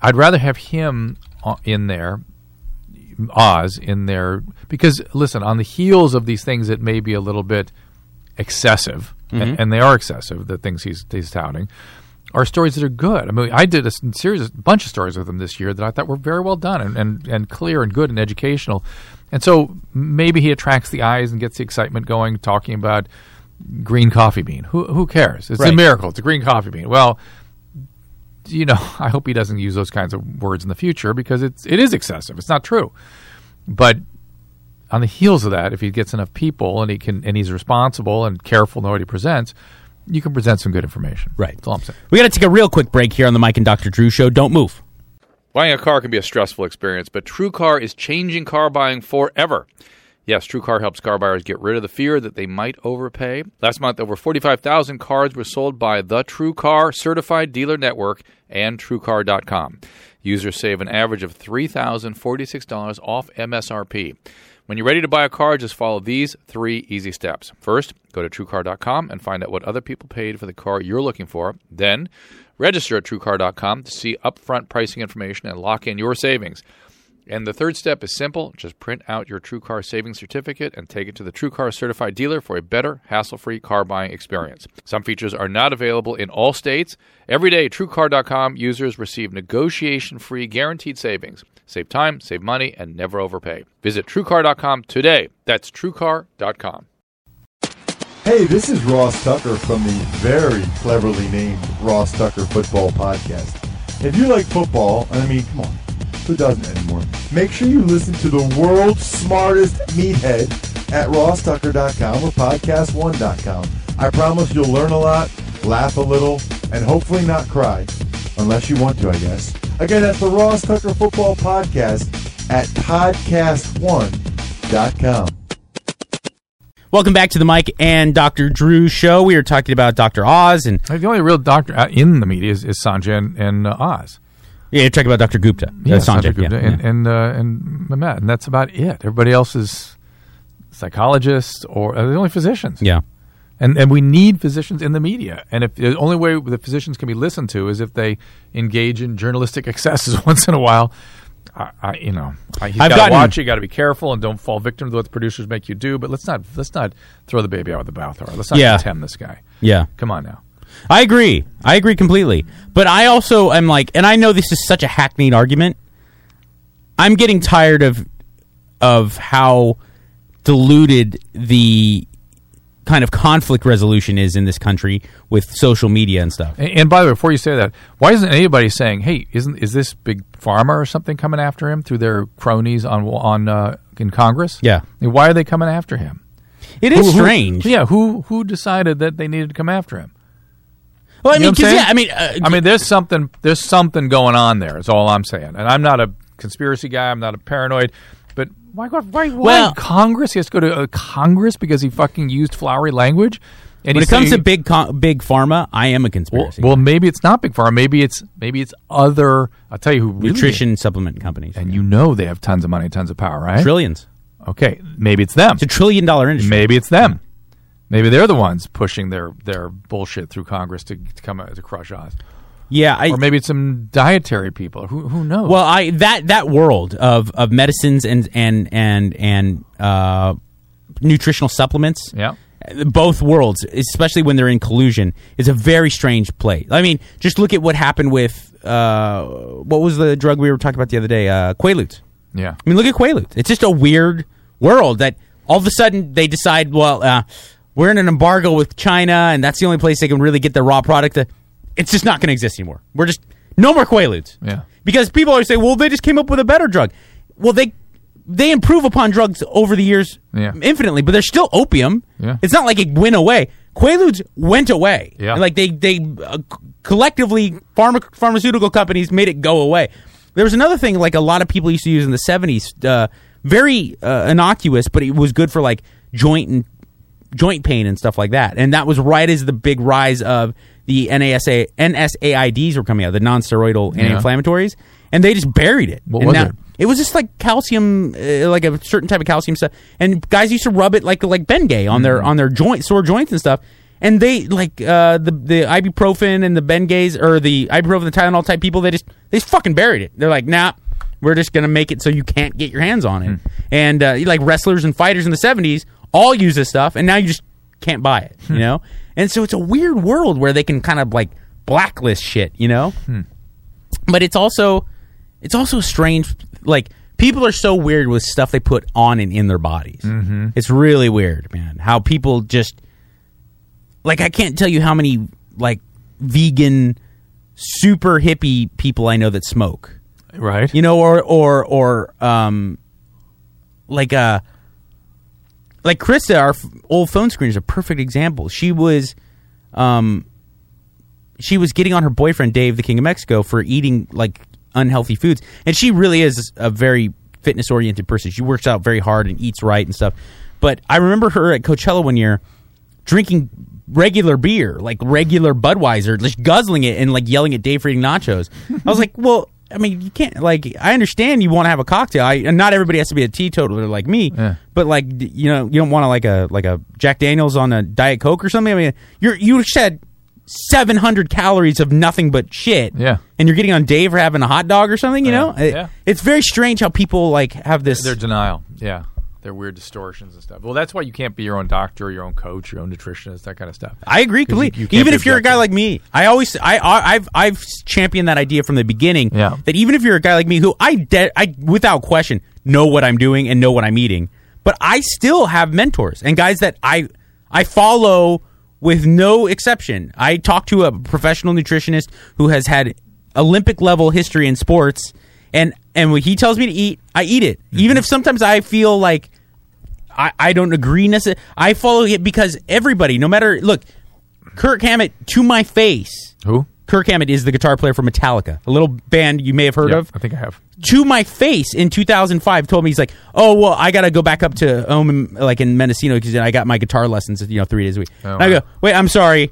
[SPEAKER 4] I'd rather have him o- in there. Oz in there because listen on the heels of these things it may be a little bit excessive, a- and, they are excessive. The things he's he's touting are stories that are good. I mean, I did a s- series, a bunch of stories with him this year that I thought were very well done and, and, and clear and good and educational. And so maybe he attracts the eyes and gets the excitement going, talking about green coffee bean. Who who cares? It's a
[SPEAKER 3] Right.
[SPEAKER 4] miracle. It's a green coffee bean. Well. You know, I hope he doesn't use those kinds of words in the future because it's it is excessive. It's not true, but on the heels of that, if he gets enough people and he can and he's responsible and careful in what he presents, you can present some good information.
[SPEAKER 3] Right.
[SPEAKER 4] That's all I'm saying.
[SPEAKER 3] We got to take a real quick break here on the Mike and Dr. Drew show. Don't move.
[SPEAKER 2] Buying a car can be a stressful experience, but TrueCar is changing car buying forever. Yes, TrueCar helps car buyers get rid of the fear that they might overpay. Last month, over 45,000 cars were sold by the TrueCar certified dealer network and TrueCar.com. Users save an average of $3,046 off MSRP. When you're ready to buy a car, just follow these three easy steps. First, go to TrueCar.com and find out what other people paid for the car you're looking for. Then, register at TrueCar.com to see upfront pricing information and lock in your savings. And the third step is simple just print out your TrueCar savings certificate and take it to the TrueCar certified dealer for a better, hassle free car buying experience. Some features are not available in all states. Every day, TrueCar.com users receive negotiation free guaranteed savings. Save time, save money, and never overpay. Visit TrueCar.com today. That's TrueCar.com.
[SPEAKER 5] Hey, this is Ross Tucker from the very cleverly named Ross Tucker Football Podcast. If you like football, and I mean, come on, who doesn't anymore? Make sure you listen to the world's smartest meathead at rostucker.com or podcast1.com. I promise you'll learn a lot, laugh a little, and hopefully not cry, unless you want to, I guess. Again, that's the Ross Tucker Football Podcast at podcast1.com.
[SPEAKER 3] Welcome back to the Mike and Dr. Drew show. We are talking about Dr. Oz and
[SPEAKER 4] Like, the only real doctor out in the media is, is Sanjay and, and uh, Oz.
[SPEAKER 3] yeah, talking about Dr. Gupta.
[SPEAKER 4] Yeah,
[SPEAKER 3] Uh, Sanjay,
[SPEAKER 4] Sanjay Gupta
[SPEAKER 3] yeah,
[SPEAKER 4] and
[SPEAKER 3] yeah.
[SPEAKER 4] and, uh, and Mamet, and that's about it. Everybody else is psychologists or uh, the only physicians.
[SPEAKER 3] yeah.
[SPEAKER 4] And and we need physicians in the media. And if the only way the physicians can be listened to is if they engage in journalistic excesses once in a while. I, I you know, I,
[SPEAKER 3] I've
[SPEAKER 4] have got
[SPEAKER 3] gotten-
[SPEAKER 4] to watch. You got to be careful and don't fall victim to what the producers make you do. But let's not let's not throw the baby out with the bathwater. Let's not
[SPEAKER 3] Yeah.
[SPEAKER 4] condemn this guy.
[SPEAKER 3] Yeah.
[SPEAKER 4] Come on now.
[SPEAKER 3] I agree. I agree completely. But I also am like, and I know this is such a hackneyed argument. I'm getting tired of of how diluted the kind of conflict resolution is in this country with social media and stuff.
[SPEAKER 4] And, and by the way, before you say that, why isn't anybody saying, "Hey, isn't is this big pharma or something coming after him through their cronies on on uh, in Congress?
[SPEAKER 3] Yeah.
[SPEAKER 4] why are they coming after him?
[SPEAKER 3] It is
[SPEAKER 4] Who- who-
[SPEAKER 3] strange.
[SPEAKER 4] yeah, who who decided that they needed to come after him?
[SPEAKER 3] Well, I
[SPEAKER 4] You
[SPEAKER 3] mean,
[SPEAKER 4] know what I'm
[SPEAKER 3] 'cause,
[SPEAKER 4] saying?
[SPEAKER 3] yeah, I mean, uh,
[SPEAKER 4] I mean, there's something there's something going on there. Is all I'm saying. And I'm not a conspiracy guy. I'm not a paranoid. But why go? Why, why
[SPEAKER 3] Well-
[SPEAKER 4] Congress? He has to go to uh, Congress because he fucking used flowery language. And
[SPEAKER 3] when
[SPEAKER 4] he's
[SPEAKER 3] it comes to
[SPEAKER 4] saying-
[SPEAKER 3] big con- big pharma, I am a
[SPEAKER 4] well,
[SPEAKER 3] conspiracy.
[SPEAKER 4] well, maybe it's not big pharma. Maybe it's maybe it's other. I'll tell you who really-
[SPEAKER 3] nutrition supplement companies,
[SPEAKER 4] and you know they have tons of money, tons of power, right?
[SPEAKER 3] trillions.
[SPEAKER 4] Okay, maybe it's them.
[SPEAKER 3] It's a trillion dollar industry.
[SPEAKER 4] Maybe it's them. Maybe they're the ones pushing their, their bullshit through Congress to, to come out to crush us.
[SPEAKER 3] Yeah, I,
[SPEAKER 4] Or maybe it's some dietary people. Who who knows?
[SPEAKER 6] Oh.
[SPEAKER 3] Well, I that that world of of medicines and and and and uh, nutritional supplements.
[SPEAKER 4] Yeah.
[SPEAKER 3] Both worlds, especially when they're in collusion, is a very strange play. I mean, just look at what happened with uh, what was the drug we were talking about the other day? Uh, Quaaludes.
[SPEAKER 4] Yeah.
[SPEAKER 3] I mean, look at Quaaludes. It's just a weird world that all of a sudden they decide, well, uh, we're in an embargo with China, and that's the only place they can really get their raw product. Uh, It's just not going to exist anymore. We're just no more Quaaludes.
[SPEAKER 4] Yeah.
[SPEAKER 3] Because people always say, well, they just came up with a better drug. Well, they they improve upon drugs over the years
[SPEAKER 4] Yeah.
[SPEAKER 3] infinitely, but they're still opium.
[SPEAKER 4] Yeah.
[SPEAKER 3] It's not like it went away. Quaaludes went away.
[SPEAKER 4] Yeah.
[SPEAKER 3] And, Like they they uh, c- collectively pharma, pharmaceutical companies made it go away. There was another thing like a lot of people used to use in the 70s uh, very uh, innocuous but it was good for like joint and joint pain and stuff like that. And that was right as the big rise of the NASA NSAIDs were coming out, the non-steroidal anti-inflammatories, and they just buried it.
[SPEAKER 4] What
[SPEAKER 3] And
[SPEAKER 4] was
[SPEAKER 3] now-
[SPEAKER 4] it?
[SPEAKER 3] It was just like calcium, uh, like a certain type of calcium stuff. And guys used to rub it like like Bengay on
[SPEAKER 4] Mm.
[SPEAKER 3] their on their joint sore joints and stuff. And they like uh, the the ibuprofen and the Bengays or the ibuprofen, the Tylenol type people. They just they just fucking buried it. They're like, nah, we're just gonna make it so you can't get your hands on it.
[SPEAKER 4] Hmm.
[SPEAKER 3] And uh, like wrestlers and fighters in the '70s all use this stuff, and now you just can't buy it.
[SPEAKER 4] Hmm.
[SPEAKER 3] You know. And so it's a weird world where they can kind of like blacklist shit. You know but it's also it's also strange like people are so weird with stuff they put on and in their bodies mm-hmm. it's really weird man how people just like i can't tell you how many like vegan super hippie people i know that smoke
[SPEAKER 4] Right.
[SPEAKER 3] you know or or or um like uh like krista our f- old phone screen is a perfect example she was um she was getting on her boyfriend dave the king of mexico for eating like unhealthy foods and she really is a very fitness oriented person she works out very hard and eats right and stuff but i remember her at coachella one year drinking regular beer, like regular Budweiser, just guzzling it and like yelling at Dave for eating nachos. I was like, well, I mean, you can't like. I understand you want to have a cocktail. I and not everybody has to be a teetotaler like me,
[SPEAKER 4] Yeah.
[SPEAKER 3] but like d- you know, you don't want to like a like a Jack Daniels on a Diet Coke or something. I mean, you're you said. 700 calories of nothing but shit.
[SPEAKER 4] Yeah.
[SPEAKER 3] And you're getting on Dave for having a hot dog or something, you know? It-
[SPEAKER 4] yeah.
[SPEAKER 3] It's very strange how people like have this
[SPEAKER 4] Their denial. Yeah. Their weird distortions and stuff. Well, that's why you can't be your own doctor, your own coach, your own nutritionist, that kind of stuff.
[SPEAKER 3] I agree
[SPEAKER 4] 'Cause you-
[SPEAKER 3] completely.
[SPEAKER 4] you can't
[SPEAKER 3] even
[SPEAKER 4] be
[SPEAKER 3] if you're a guy
[SPEAKER 4] objective.
[SPEAKER 3] like me, I always I, I I've I've championed that idea from the beginning.
[SPEAKER 4] Yeah.
[SPEAKER 3] That even if you're a guy like me, who I de- I without question know what I'm doing and know what I'm eating, but I still have mentors and guys that I I follow with no exception. I talk to a professional nutritionist who has had Olympic level history in sports, and and when he tells me to eat, I eat it.
[SPEAKER 4] Mm-hmm.
[SPEAKER 3] Even if sometimes I feel like I, I don't agree necessarily. I follow it because everybody, no matter look, Kirk Hammett to my face.
[SPEAKER 4] Who?
[SPEAKER 3] Kirk Hammett is the guitar player for Metallica, a little band you may have heard
[SPEAKER 4] Yeah,
[SPEAKER 3] of
[SPEAKER 4] I think I have.
[SPEAKER 3] to my face in 2005 told me he's like oh well i gotta go back up to home in, like in mendocino because i got my guitar lessons you know three days a week
[SPEAKER 4] Oh,
[SPEAKER 3] And i
[SPEAKER 4] wow.
[SPEAKER 3] go wait i'm sorry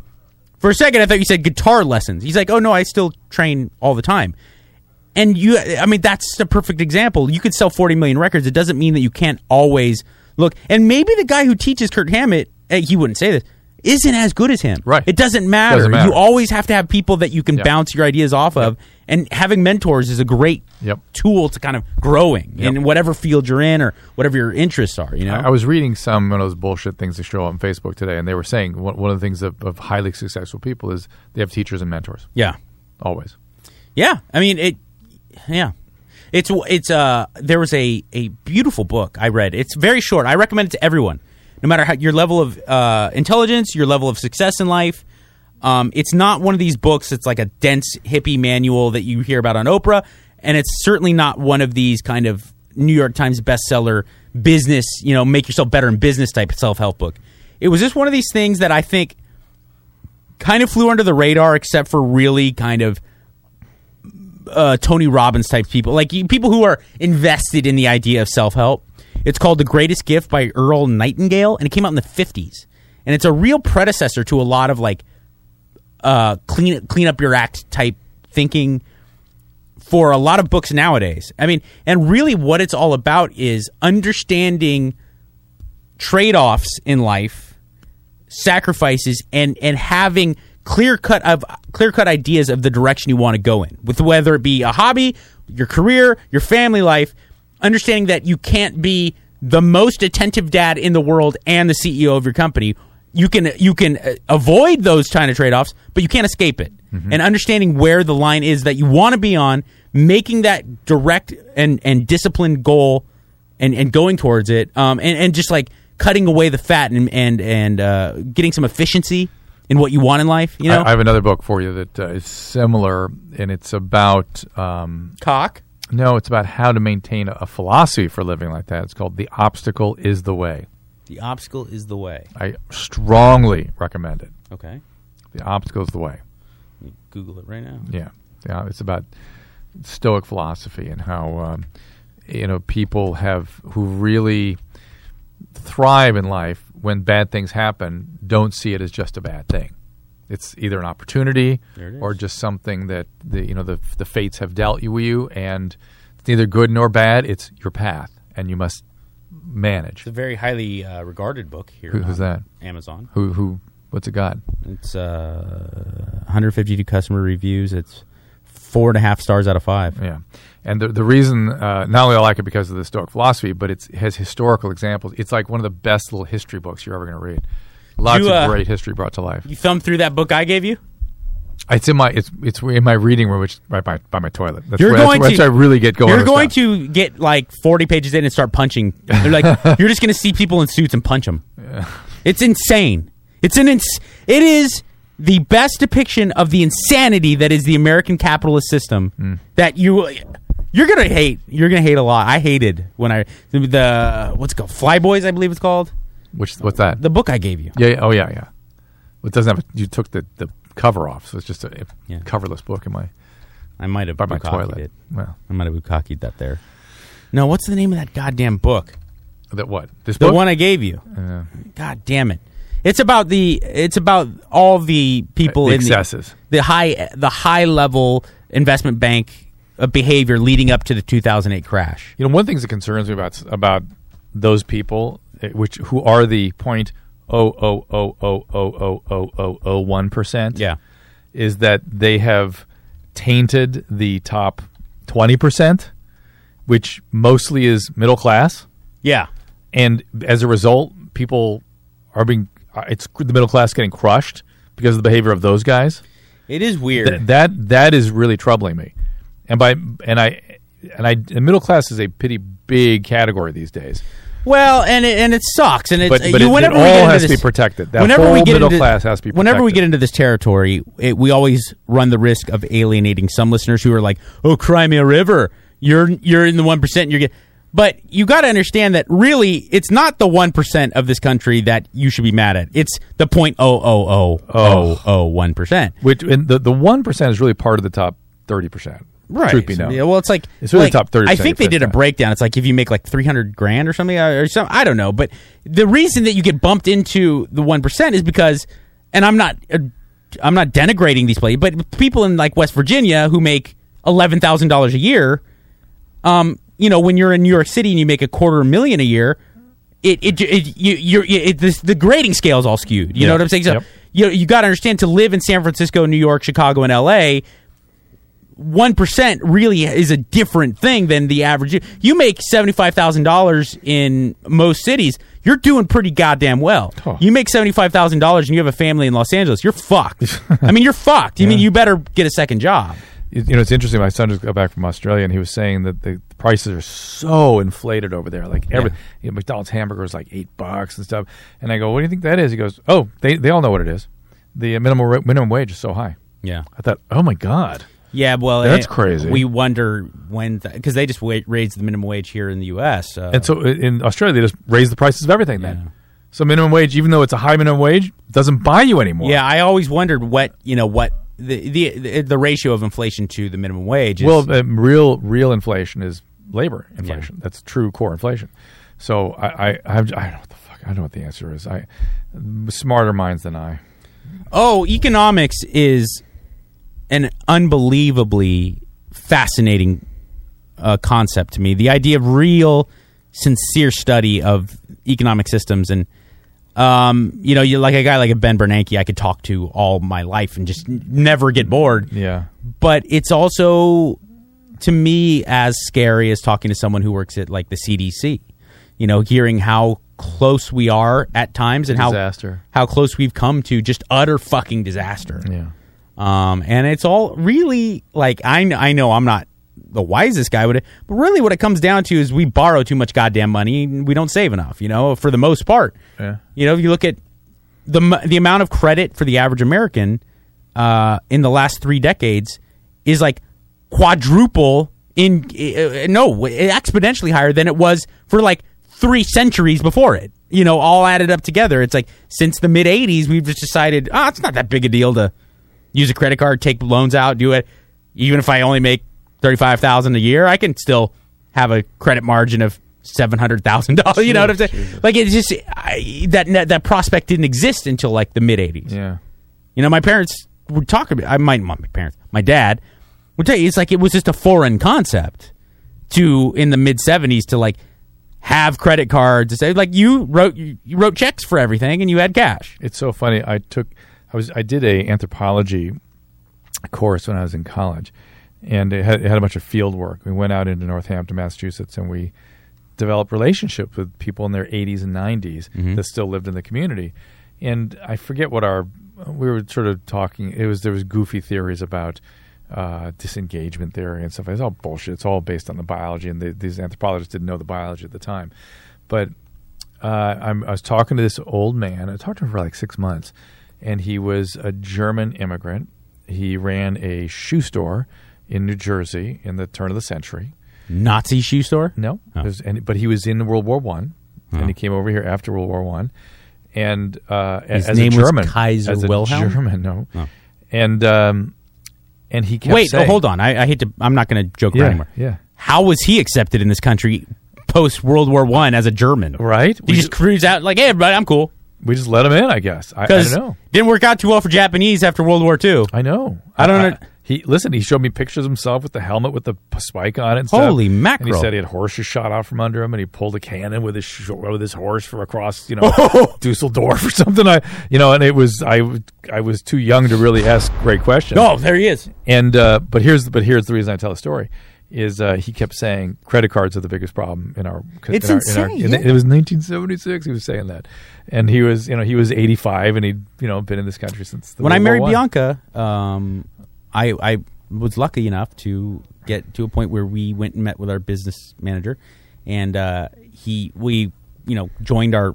[SPEAKER 3] for a second i thought you said guitar lessons he's like oh no i still train all the time and you i mean that's the perfect example you could sell 40 million records it doesn't mean that you can't always look and maybe the guy who teaches kurt hammett eh, he wouldn't say this isn't as good as him
[SPEAKER 4] Right.
[SPEAKER 3] it doesn't matter,
[SPEAKER 4] Doesn't matter.
[SPEAKER 3] you always have to have people that you can
[SPEAKER 4] Yeah.
[SPEAKER 3] bounce your ideas off of and having mentors is a great
[SPEAKER 4] Yep.
[SPEAKER 3] tool to kind of growing in
[SPEAKER 4] Yep.
[SPEAKER 3] whatever field you're in or whatever your interests are. You know,
[SPEAKER 4] I I was reading some of those bullshit things that show up on Facebook today, and they were saying one, one of the things of, of highly successful people is they have teachers and mentors,
[SPEAKER 3] yeah,
[SPEAKER 4] always.
[SPEAKER 3] yeah. I mean, it, yeah. It's it's uh there was a a beautiful book I read. It's very short. I recommend it to everyone, no matter how your level of uh, intelligence, your level of success in life. Um, it's not one of these books that's like a dense hippie manual that you hear about on Oprah, and it's certainly not one of these kind of New York Times bestseller business, you know, make yourself better in business type self help book. It was just one of these things that I think kind of flew under the radar, except for really kind of uh, Tony Robbins type people, like you- people who are invested in the idea of self help. It's called The Greatest Gift by Earl Nightingale, and it came out in the 50s. And it's a real predecessor to a lot of like uh, clean, clean up your act type thinking for a lot of books nowadays. I mean, and really what it's all about is understanding trade offs in life, sacrifices, and and having clear cut of clear cut ideas of the direction you want to go in, with whether it be a hobby, your career, your family life, understanding that you can't be the most attentive dad in the world and the CEO E of your company you can you can uh, avoid those China trade offs, but you can't escape it. And understanding where the line is that you want to be on, making that direct and and disciplined goal, and and going towards it, um, and and just like cutting away the fat and and and uh, getting some efficiency in what you want in life. You know,
[SPEAKER 6] I, I have another book for you that uh, is similar, and it's about um,
[SPEAKER 3] cock.
[SPEAKER 6] no, it's about how to maintain a philosophy for living like that. It's called "The Obstacle Is the Way."
[SPEAKER 3] The obstacle is the way.
[SPEAKER 6] I strongly recommend it.
[SPEAKER 3] Okay,
[SPEAKER 6] The obstacle is the way.
[SPEAKER 3] Google it right now.
[SPEAKER 6] Yeah, yeah. It's about Stoic philosophy and how um, you know people have who really thrive in life when bad things happen don't see it as just a bad thing. It's either an opportunity
[SPEAKER 3] There it is.
[SPEAKER 6] or just something that the you know the the fates have dealt you you, and it's neither good nor bad. It's your path, and you must manage.
[SPEAKER 3] It's a very highly uh, regarded book here.
[SPEAKER 6] Who- who's
[SPEAKER 3] on
[SPEAKER 6] that?
[SPEAKER 3] Amazon.
[SPEAKER 6] Who who? What's it got?
[SPEAKER 3] It's uh, 152 customer reviews. It's four and a half stars out of five.
[SPEAKER 6] Yeah, and the the reason uh, not only I like it because of the Stoic philosophy, but it's, it has historical examples. It's like one of the best little history books you're ever going to read. Lots
[SPEAKER 3] You, uh,
[SPEAKER 6] of great history brought to life.
[SPEAKER 3] You thumb through that book I gave you.
[SPEAKER 6] It's in my it's it's in my reading room, which is right by, by my toilet. That's
[SPEAKER 3] You're
[SPEAKER 6] where,
[SPEAKER 3] going
[SPEAKER 6] that's,
[SPEAKER 3] to-
[SPEAKER 6] where I really get going.
[SPEAKER 3] You're
[SPEAKER 6] with
[SPEAKER 3] going
[SPEAKER 6] stuff.
[SPEAKER 3] to get like 40 pages in and start punching. They're like, you're just going to see people in suits and punch them. It's insane. It's an ins- It is the best depiction of the insanity that is the American capitalist system.
[SPEAKER 6] Hmm.
[SPEAKER 3] That you, you're gonna hate. You're gonna hate a lot. I hated when I the, the what's it called Flyboys, I believe it's called
[SPEAKER 6] which what's that?
[SPEAKER 3] the book I gave you.
[SPEAKER 6] yeah, yeah, oh yeah, yeah. Well, it doesn't have a, you took the, the cover off, so it's just a,
[SPEAKER 3] Yeah.
[SPEAKER 6] coverless book in my
[SPEAKER 3] I might have
[SPEAKER 6] by my
[SPEAKER 3] bukkakied
[SPEAKER 6] toilet.
[SPEAKER 3] It.
[SPEAKER 6] Well,
[SPEAKER 3] I might have bukkakied that there. No, what's the name of that goddamn book?
[SPEAKER 6] that what this
[SPEAKER 3] The
[SPEAKER 6] book?
[SPEAKER 3] one I gave you.
[SPEAKER 6] Yeah.
[SPEAKER 3] God damn it! It's about the it's about all the people
[SPEAKER 6] The
[SPEAKER 3] in
[SPEAKER 6] excesses.
[SPEAKER 3] the, the high the high level investment bank uh, behavior leading up to the 2008 crash.
[SPEAKER 6] You know, one thing that concerns me about about those people, eh, which who are the point oh oh oh oh oh oh oh oh oh one percent, is that they have tainted the top twenty percent, which mostly is middle class,
[SPEAKER 3] yeah.
[SPEAKER 6] and as a result, people are being uh, it's the middle class getting crushed because of the behavior of those guys.
[SPEAKER 3] It is weird.
[SPEAKER 6] Th- that that is really troubling me, and by and I and I the middle class is a pretty big category these days.
[SPEAKER 3] Well, and it, and it sucks, and it's
[SPEAKER 6] But- but
[SPEAKER 3] you,
[SPEAKER 6] it-
[SPEAKER 3] whenever
[SPEAKER 6] it
[SPEAKER 3] we
[SPEAKER 6] all
[SPEAKER 3] get into
[SPEAKER 6] has to
[SPEAKER 3] this-
[SPEAKER 6] be protected. That
[SPEAKER 3] whenever we
[SPEAKER 6] whole
[SPEAKER 3] get
[SPEAKER 6] middle
[SPEAKER 3] into,
[SPEAKER 6] class has to be
[SPEAKER 3] Whenever we
[SPEAKER 6] protected.
[SPEAKER 3] get into this territory, it, we always run the risk of alienating some listeners who are like, "Oh, cry me a river." You're you're in the one percent. You're get, but you got to understand that really, it's not the one percent of this country that you should be mad at. It's the point oh oh oh oh oh one percent.
[SPEAKER 6] Which and the the one percent is really part of the top thirty percent. Truth be known.
[SPEAKER 3] Yeah, well, it's like
[SPEAKER 6] It's really
[SPEAKER 3] like,
[SPEAKER 6] top 30%,
[SPEAKER 3] I think they did a
[SPEAKER 6] 50%.
[SPEAKER 3] breakdown. It's like if you make like three hundred grand or something uh, or some. I don't know, but the reason that you get bumped into the one percent is because, and I'm not, uh, I'm not denigrating these places, but people in like West Virginia who make eleven thousand dollars a year, um, you know, when you're in New York City and you make a quarter million a year, it it, it you you're it, this, the grading scale's all skewed. You know
[SPEAKER 6] Yeah.
[SPEAKER 3] what I'm saying? So
[SPEAKER 6] Yep.
[SPEAKER 3] you you got to understand to live in San Francisco, New York, Chicago, and L.A one percent really is a different thing than the average. You make seventy five thousand dollars in most cities, you're doing pretty goddamn well.
[SPEAKER 6] Huh.
[SPEAKER 3] You make seventy five thousand dollars and you have a family in Los Angeles, you're fucked. I mean, you're fucked. You mean you better get a second job?
[SPEAKER 6] It- you know, it's interesting. My son just got back from Australia, and he was saying that the prices are so inflated over there. Like every you know, McDonald's hamburger is like eight bucks and stuff. And I go, "What do you think that is?" He goes, "Oh, they they all know what it is. The uh, minimum ra- minimum wage is so high."
[SPEAKER 3] Yeah,
[SPEAKER 6] I thought, "Oh my god."
[SPEAKER 3] yeah. Well,
[SPEAKER 6] That's
[SPEAKER 3] eh,
[SPEAKER 6] crazy.
[SPEAKER 3] We wonder when because they just wa- raised the minimum wage here in the U.S. So.
[SPEAKER 6] And so i- in Australia, they just raise the prices of everything. Then,
[SPEAKER 3] Yeah.
[SPEAKER 6] so minimum wage, even though it's a high minimum wage, doesn't buy you anymore.
[SPEAKER 3] yeah, I always wondered what you know what the the the- the ratio of inflation to the minimum wage. Is.
[SPEAKER 6] Well, um, real real inflation is labor inflation. That's true core inflation. So I I, I, I don't know what the fuck I don't know what the answer is. I smarter minds than I.
[SPEAKER 3] Oh, economics is an unbelievably fascinating uh, concept to me. The idea of real, sincere study of economic systems, and um, you know, you like a guy like a Ben Bernanke, I could talk to all my life and just n- never get bored.
[SPEAKER 6] Yeah.
[SPEAKER 3] But it's also to me as scary as talking to someone who works at like the CDC. You know, hearing how close we are at times and
[SPEAKER 6] Disaster.
[SPEAKER 3] how how close we've come to just utter fucking disaster.
[SPEAKER 6] Yeah.
[SPEAKER 3] Um, and it's all really like I know, I know I'm not the wisest guy with it, but really what it comes down to is we borrow too much goddamn money and we don't save enough. You know, for the most part.
[SPEAKER 6] Yeah.
[SPEAKER 3] You know, if you look at the m- the amount of credit for the average American uh, in the last three decades is like quadruple in uh, no exponentially higher than it was for like three centuries before it. You know, all added up together, it's like since the mid '80s, we've just decided, ah, it's not that big a deal to use a credit card, take loans out, do it. Even if I only make thirty five thousand a year, I can still have a credit margin of seven hundred thousand dollars. You know what I'm saying? Like it's just I, that that prospect didn't exist until like the mid '80s.
[SPEAKER 6] Yeah.
[SPEAKER 3] You know, my parents would talk about. I might not my parents. My dad would tell you it's like it was just a foreign concept to in the mid '70s to like have credit cards. to Say like you wrote you wrote checks for everything and you had cash.
[SPEAKER 6] It's so funny. I took, I was, I did a anthropology course when I was in college, and it had, it had a bunch of field work. We went out into Northampton, Massachusetts, and we developed relationships with people in their 80s and 90s that still lived in the community. And I forget what our we were sort of talking. It was there was goofy theories about uh, disengagement theory and stuff. It's all bullshit. It's all based on the biology, and the, these anthropologists didn't know the biology at the time. But uh, I'm, I was talking to this old man. I talked to him for like six months, and he was a German immigrant. He ran a shoe store in New Jersey in the turn of the century.
[SPEAKER 3] Nazi shoe store.
[SPEAKER 6] No, It was- and- but he was in World War One, and he came over here after World War One, and uh, a-
[SPEAKER 3] His
[SPEAKER 6] as
[SPEAKER 3] name
[SPEAKER 6] a
[SPEAKER 3] was
[SPEAKER 6] German,
[SPEAKER 3] Kaiser
[SPEAKER 6] as a
[SPEAKER 3] Wilhelm?
[SPEAKER 6] German, no, and um, and he kept
[SPEAKER 3] Wait,
[SPEAKER 6] saying,
[SPEAKER 3] oh, hold on. I, I hate to. I'm not going to joke
[SPEAKER 6] yeah,
[SPEAKER 3] around anymore.
[SPEAKER 6] yeah,
[SPEAKER 3] How was he accepted in this country post World War One as a German?
[SPEAKER 6] right.
[SPEAKER 3] He
[SPEAKER 6] We
[SPEAKER 3] just
[SPEAKER 6] just,
[SPEAKER 3] cruise out like, hey, everybody, I'm cool.
[SPEAKER 6] we just let him in, I guess. I, I don't
[SPEAKER 3] Because
[SPEAKER 6] know.
[SPEAKER 3] didn't work out too well for Japanese after World War Two.
[SPEAKER 6] I know.
[SPEAKER 3] I don't know-
[SPEAKER 6] He listen. He showed me pictures of himself with the helmet with the p- spike on it. And
[SPEAKER 3] Holy
[SPEAKER 6] stuff. And
[SPEAKER 3] mackerel.
[SPEAKER 6] he said he had horses shot out from under him, and he pulled a cannon with his sh- with his horse from across, you know, Dusseldorf or something. I, you know, and it was I w- I was too young to really ask great questions.
[SPEAKER 3] Oh, there he is.
[SPEAKER 6] And uh, but here's but here's the reason I tell the story is uh, he kept saying credit cards are the biggest problem in our. co-
[SPEAKER 3] It's
[SPEAKER 6] in our,
[SPEAKER 3] insane,
[SPEAKER 6] In our, in- It was 1976. He was saying that, and he was you know he was 85, and he'd you know been in this country since the
[SPEAKER 3] When I
[SPEAKER 6] World War
[SPEAKER 3] married
[SPEAKER 6] One.
[SPEAKER 3] Bianca, um, I I was lucky enough to get to a point where we went and met with our business manager, and uh, he we you know joined our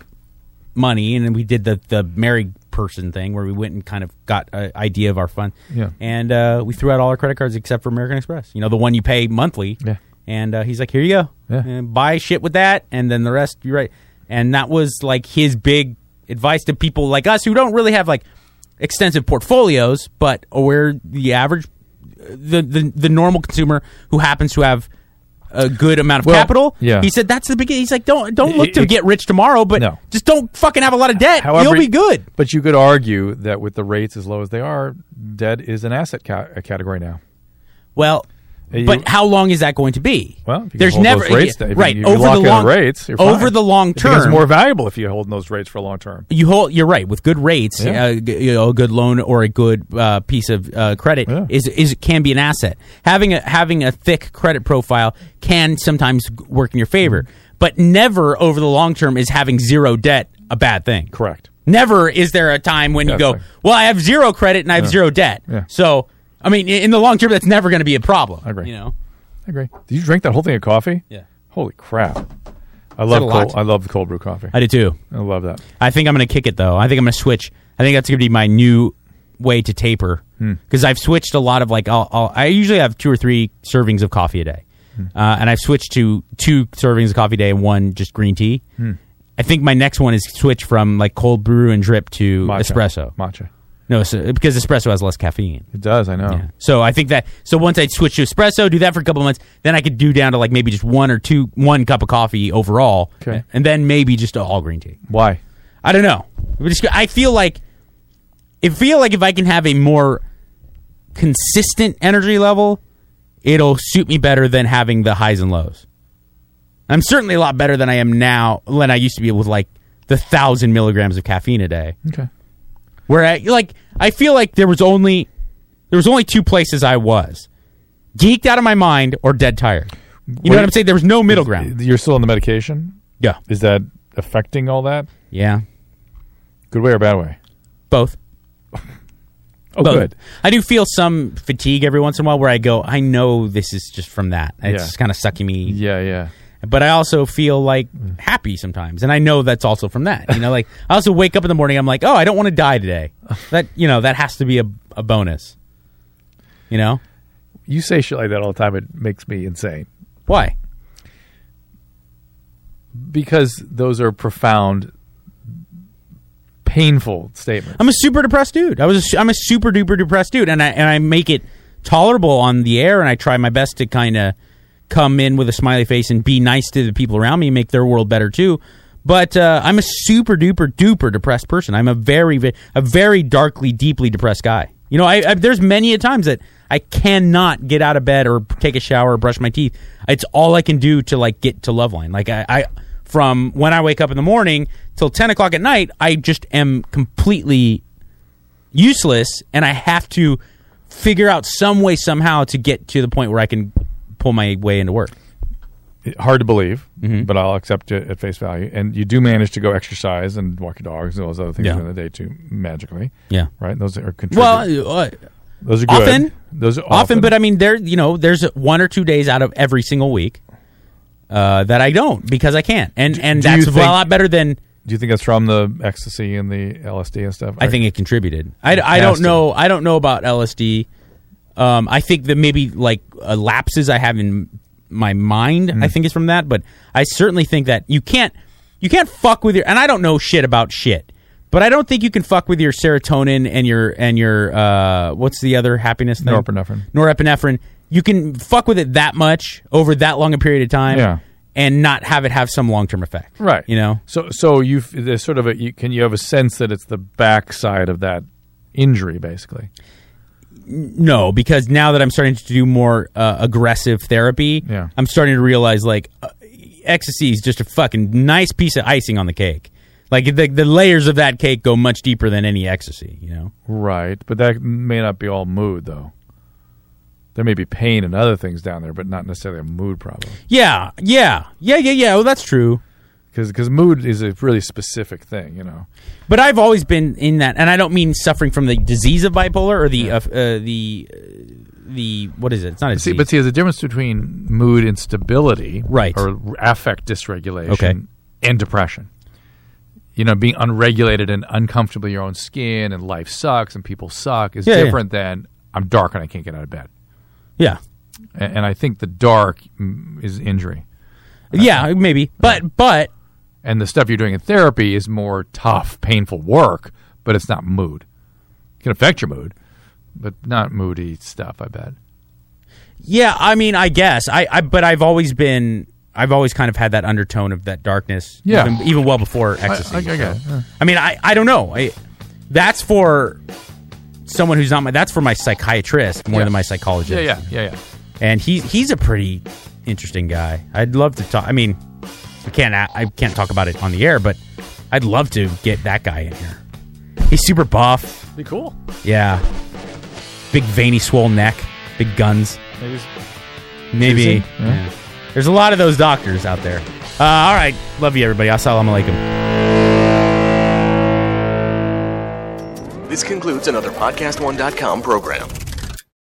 [SPEAKER 3] money and then we did the the married person thing where we went and kind of got an idea of our fund.
[SPEAKER 6] Yeah.
[SPEAKER 3] And uh, we threw out all our credit cards except for American Express. You know, the one you pay monthly.
[SPEAKER 6] Yeah.
[SPEAKER 3] And uh, he's like, "Here you go.
[SPEAKER 6] Yeah.
[SPEAKER 3] And buy shit with that, and then the rest you right." And that was like his big advice to people like us who don't really have like extensive portfolios, but are where the average, the the, the normal consumer who happens to have a good amount of
[SPEAKER 6] Well,
[SPEAKER 3] capital,
[SPEAKER 6] yeah.
[SPEAKER 3] he said that's the beginning. He's like, don't don't look
[SPEAKER 6] It-
[SPEAKER 3] to
[SPEAKER 6] it-
[SPEAKER 3] get rich tomorrow, but
[SPEAKER 6] No.
[SPEAKER 3] just don't fucking have a lot of debt. You'll be good.
[SPEAKER 6] But you could argue that with the rates as low as they are, debt is an asset ca- category now.
[SPEAKER 3] Well,
[SPEAKER 6] You-
[SPEAKER 3] but how long is that going to be?
[SPEAKER 6] Well, if you
[SPEAKER 3] there's
[SPEAKER 6] can hold
[SPEAKER 3] never
[SPEAKER 6] those rates, if you-
[SPEAKER 3] right
[SPEAKER 6] if you
[SPEAKER 3] over
[SPEAKER 6] lock
[SPEAKER 3] the
[SPEAKER 6] in
[SPEAKER 3] long
[SPEAKER 6] rates you're
[SPEAKER 3] over
[SPEAKER 6] fine.
[SPEAKER 3] the long
[SPEAKER 6] It becomes
[SPEAKER 3] term.
[SPEAKER 6] more valuable if you hold those rates for long term.
[SPEAKER 3] you hold you're right with good rates
[SPEAKER 6] Yeah.
[SPEAKER 3] uh, g- you know, a good loan or a good uh, piece of uh, credit
[SPEAKER 6] Yeah.
[SPEAKER 3] is is can be an asset having a having a thick credit profile can sometimes g- work in your favor
[SPEAKER 6] Mm-hmm.
[SPEAKER 3] but never over the long term is having zero debt a bad thing
[SPEAKER 6] Correct.
[SPEAKER 3] never is there a time when you
[SPEAKER 6] That's
[SPEAKER 3] go
[SPEAKER 6] right.
[SPEAKER 3] well I have zero credit and I have zero debt
[SPEAKER 6] Yeah.
[SPEAKER 3] so I mean i- in the long term that's never going to be a problem
[SPEAKER 6] agree.
[SPEAKER 3] you know
[SPEAKER 6] I agree. Did you drink that whole thing of coffee?
[SPEAKER 3] Yeah.
[SPEAKER 6] Holy crap! I love
[SPEAKER 3] a
[SPEAKER 6] cold,
[SPEAKER 3] lot?
[SPEAKER 6] I love cold brew coffee.
[SPEAKER 3] I
[SPEAKER 6] I,
[SPEAKER 3] do too
[SPEAKER 6] love that.
[SPEAKER 3] I think I'm going to kick it though. I think I'm going to switch. I think that's going to be my new way to taper because I've switched a lot of like I'll, I'll, I usually have two or three servings of coffee a day, uh, and I've switched to two servings of coffee a day and one just green tea. I think my next one is switch from like cold brew and drip to
[SPEAKER 6] Matcha.
[SPEAKER 3] espresso.
[SPEAKER 6] Matcha.
[SPEAKER 3] No, so, because espresso has less caffeine.
[SPEAKER 6] It does. I know.
[SPEAKER 3] Yeah. So I think that so once I switch to espresso, do that for a couple months, then I could do down to like maybe just one or two one cup of coffee overall,
[SPEAKER 6] Okay.
[SPEAKER 3] and then maybe just a all green tea.
[SPEAKER 6] Why?
[SPEAKER 3] I don't know. We just- I feel like it feel like if I can have a more consistent energy level, it'll suit me better than having the highs and lows. I'm certainly a lot better than I am now than I used to be with like the thousand milligrams of caffeine a day.
[SPEAKER 6] Okay.
[SPEAKER 3] Where I like I feel like there was only there was only two places I was. Geeked out of my mind or dead tired. You know
[SPEAKER 6] Wait.
[SPEAKER 3] what I'm saying? There was no middle ground.
[SPEAKER 6] You're still on the medication.
[SPEAKER 3] Yeah.
[SPEAKER 6] Is that affecting all that?
[SPEAKER 3] Yeah,
[SPEAKER 6] Good way or bad way?
[SPEAKER 3] both.
[SPEAKER 6] Oh,
[SPEAKER 3] Both.
[SPEAKER 6] good.
[SPEAKER 3] I do feel some fatigue every once in a while where I go, I know this is just from that. It's
[SPEAKER 6] Yeah.
[SPEAKER 3] just kind of sucking me
[SPEAKER 6] Yeah, yeah.
[SPEAKER 3] but I also feel like happy sometimes, and I know that's also from that. You know, like I also wake up in the morning, I'm like, oh, I don't want to die today. That you know, that has to be a, a bonus. You know
[SPEAKER 6] You say shit like that all the time. It makes me insane
[SPEAKER 3] why?
[SPEAKER 6] because those are profound, painful statements.
[SPEAKER 3] I'm a super depressed dude. I was a, su- I'm a super duper depressed dude, and I and I make it tolerable on the air, and I try my best to kind of come in with a smiley face and be nice to the people around me, and make their world better too. But uh, I'm a super duper duper depressed person. I'm a very ve- a very darkly deeply depressed guy. You know, I, I there's many a times that I cannot get out of bed or take a shower or brush my teeth. It's all I can do to like get to Loveline. Like I. I from when I wake up in the morning till 10 o'clock at night, I just am completely useless and I have to figure out some way somehow to get to the point where I can pull my way into work.
[SPEAKER 6] Hard to believe,
[SPEAKER 3] Mm-hmm.
[SPEAKER 6] but I'll accept it at face value. And you do manage to go exercise and walk your dogs and all those other things
[SPEAKER 3] Yeah.
[SPEAKER 6] during the day too, magically.
[SPEAKER 3] Yeah.
[SPEAKER 6] Right? Those are contribute.
[SPEAKER 3] Well, uh,
[SPEAKER 6] those are good.
[SPEAKER 3] often.
[SPEAKER 6] those are often,
[SPEAKER 3] often, but I mean, there, you know, there's one or two days out of every single week uh, that I don't because I can't. And, and
[SPEAKER 6] do you
[SPEAKER 3] that's
[SPEAKER 6] think-
[SPEAKER 3] a lot better than
[SPEAKER 6] do you think that's from the ecstasy and the LSD and stuff?
[SPEAKER 3] I think it contributed. I, I
[SPEAKER 6] has
[SPEAKER 3] don't
[SPEAKER 6] to.
[SPEAKER 3] know. I don't know about LSD. Um, I think that maybe like uh, lapses I have in my mind.
[SPEAKER 6] Hmm.
[SPEAKER 3] I think is from that, but I certainly think that you can't you can't fuck with your. And I don't know shit about shit, but I don't think you can fuck with your serotonin and your and your uh, what's the other happiness thing?
[SPEAKER 6] Norepinephrine.
[SPEAKER 3] Norepinephrine. You can fuck with it that much over that long a period of time,
[SPEAKER 6] Yeah.
[SPEAKER 3] and not have it have some long term effect,
[SPEAKER 6] right.
[SPEAKER 3] You know,
[SPEAKER 6] So so you f- there's sort of a you, can you have a sense that it's the backside of that injury basically.
[SPEAKER 3] No, because now that I'm starting to do more uh, aggressive therapy,
[SPEAKER 6] Yeah.
[SPEAKER 3] I'm starting to realize like uh, ecstasy is just a fucking nice piece of icing on the cake. Like the, the layers of that cake go much deeper than any ecstasy, you know.
[SPEAKER 6] Right, but that may not be all mood though. There may be pain and other things down there, but not necessarily a mood problem.
[SPEAKER 3] Yeah, yeah, yeah, yeah, yeah. Well, that's true.
[SPEAKER 6] Because mood is a really specific thing, you know.
[SPEAKER 3] But I've always been in that, and I don't mean suffering from the disease of bipolar or the uh, uh, the uh, the what is it? It's not a disease.
[SPEAKER 6] See, but see, there's a difference between mood instability,
[SPEAKER 3] Right.
[SPEAKER 6] or affect dysregulation,
[SPEAKER 3] Okay.
[SPEAKER 6] and depression. You know, being unregulated and uncomfortable in your own skin, and life sucks, and people suck, is
[SPEAKER 3] Yeah, yeah.
[SPEAKER 6] different than I'm dark and I can't get out of bed.
[SPEAKER 3] yeah,
[SPEAKER 6] A- And, I think the dark mm, is injury,
[SPEAKER 3] yeah, maybe. But but
[SPEAKER 6] and the stuff you're doing in therapy is more tough, painful work, but it's not mood. It can affect your mood, but not moody stuff. I bet.
[SPEAKER 3] Yeah, I mean, I guess I, I, but I've always been, I've always kind of had that undertone of that darkness.
[SPEAKER 6] Yeah.
[SPEAKER 3] even, even well before ecstasy.
[SPEAKER 6] I, I, I got it. Uh,
[SPEAKER 3] I mean, I, I don't know. I, that's for someone who's not my. That's for my psychiatrist more
[SPEAKER 6] Yeah.
[SPEAKER 3] than my psychologist.
[SPEAKER 6] Yeah, yeah, yeah, yeah.
[SPEAKER 3] And he he's a pretty interesting guy. I'd love to talk. I mean, I can't a- I can't talk about it on the air, but I'd love to get that guy in here. He's super buff.
[SPEAKER 6] Be cool.
[SPEAKER 3] Yeah, big veiny, swole neck, big guns.
[SPEAKER 6] Maybe it's-
[SPEAKER 3] Maybe.
[SPEAKER 6] Jason? Yeah.
[SPEAKER 3] Yeah. There's a lot of those doctors out there. Uh, all right. Love you, everybody. Assalamu alaikum.
[SPEAKER 1] This concludes another PodcastOne.com program.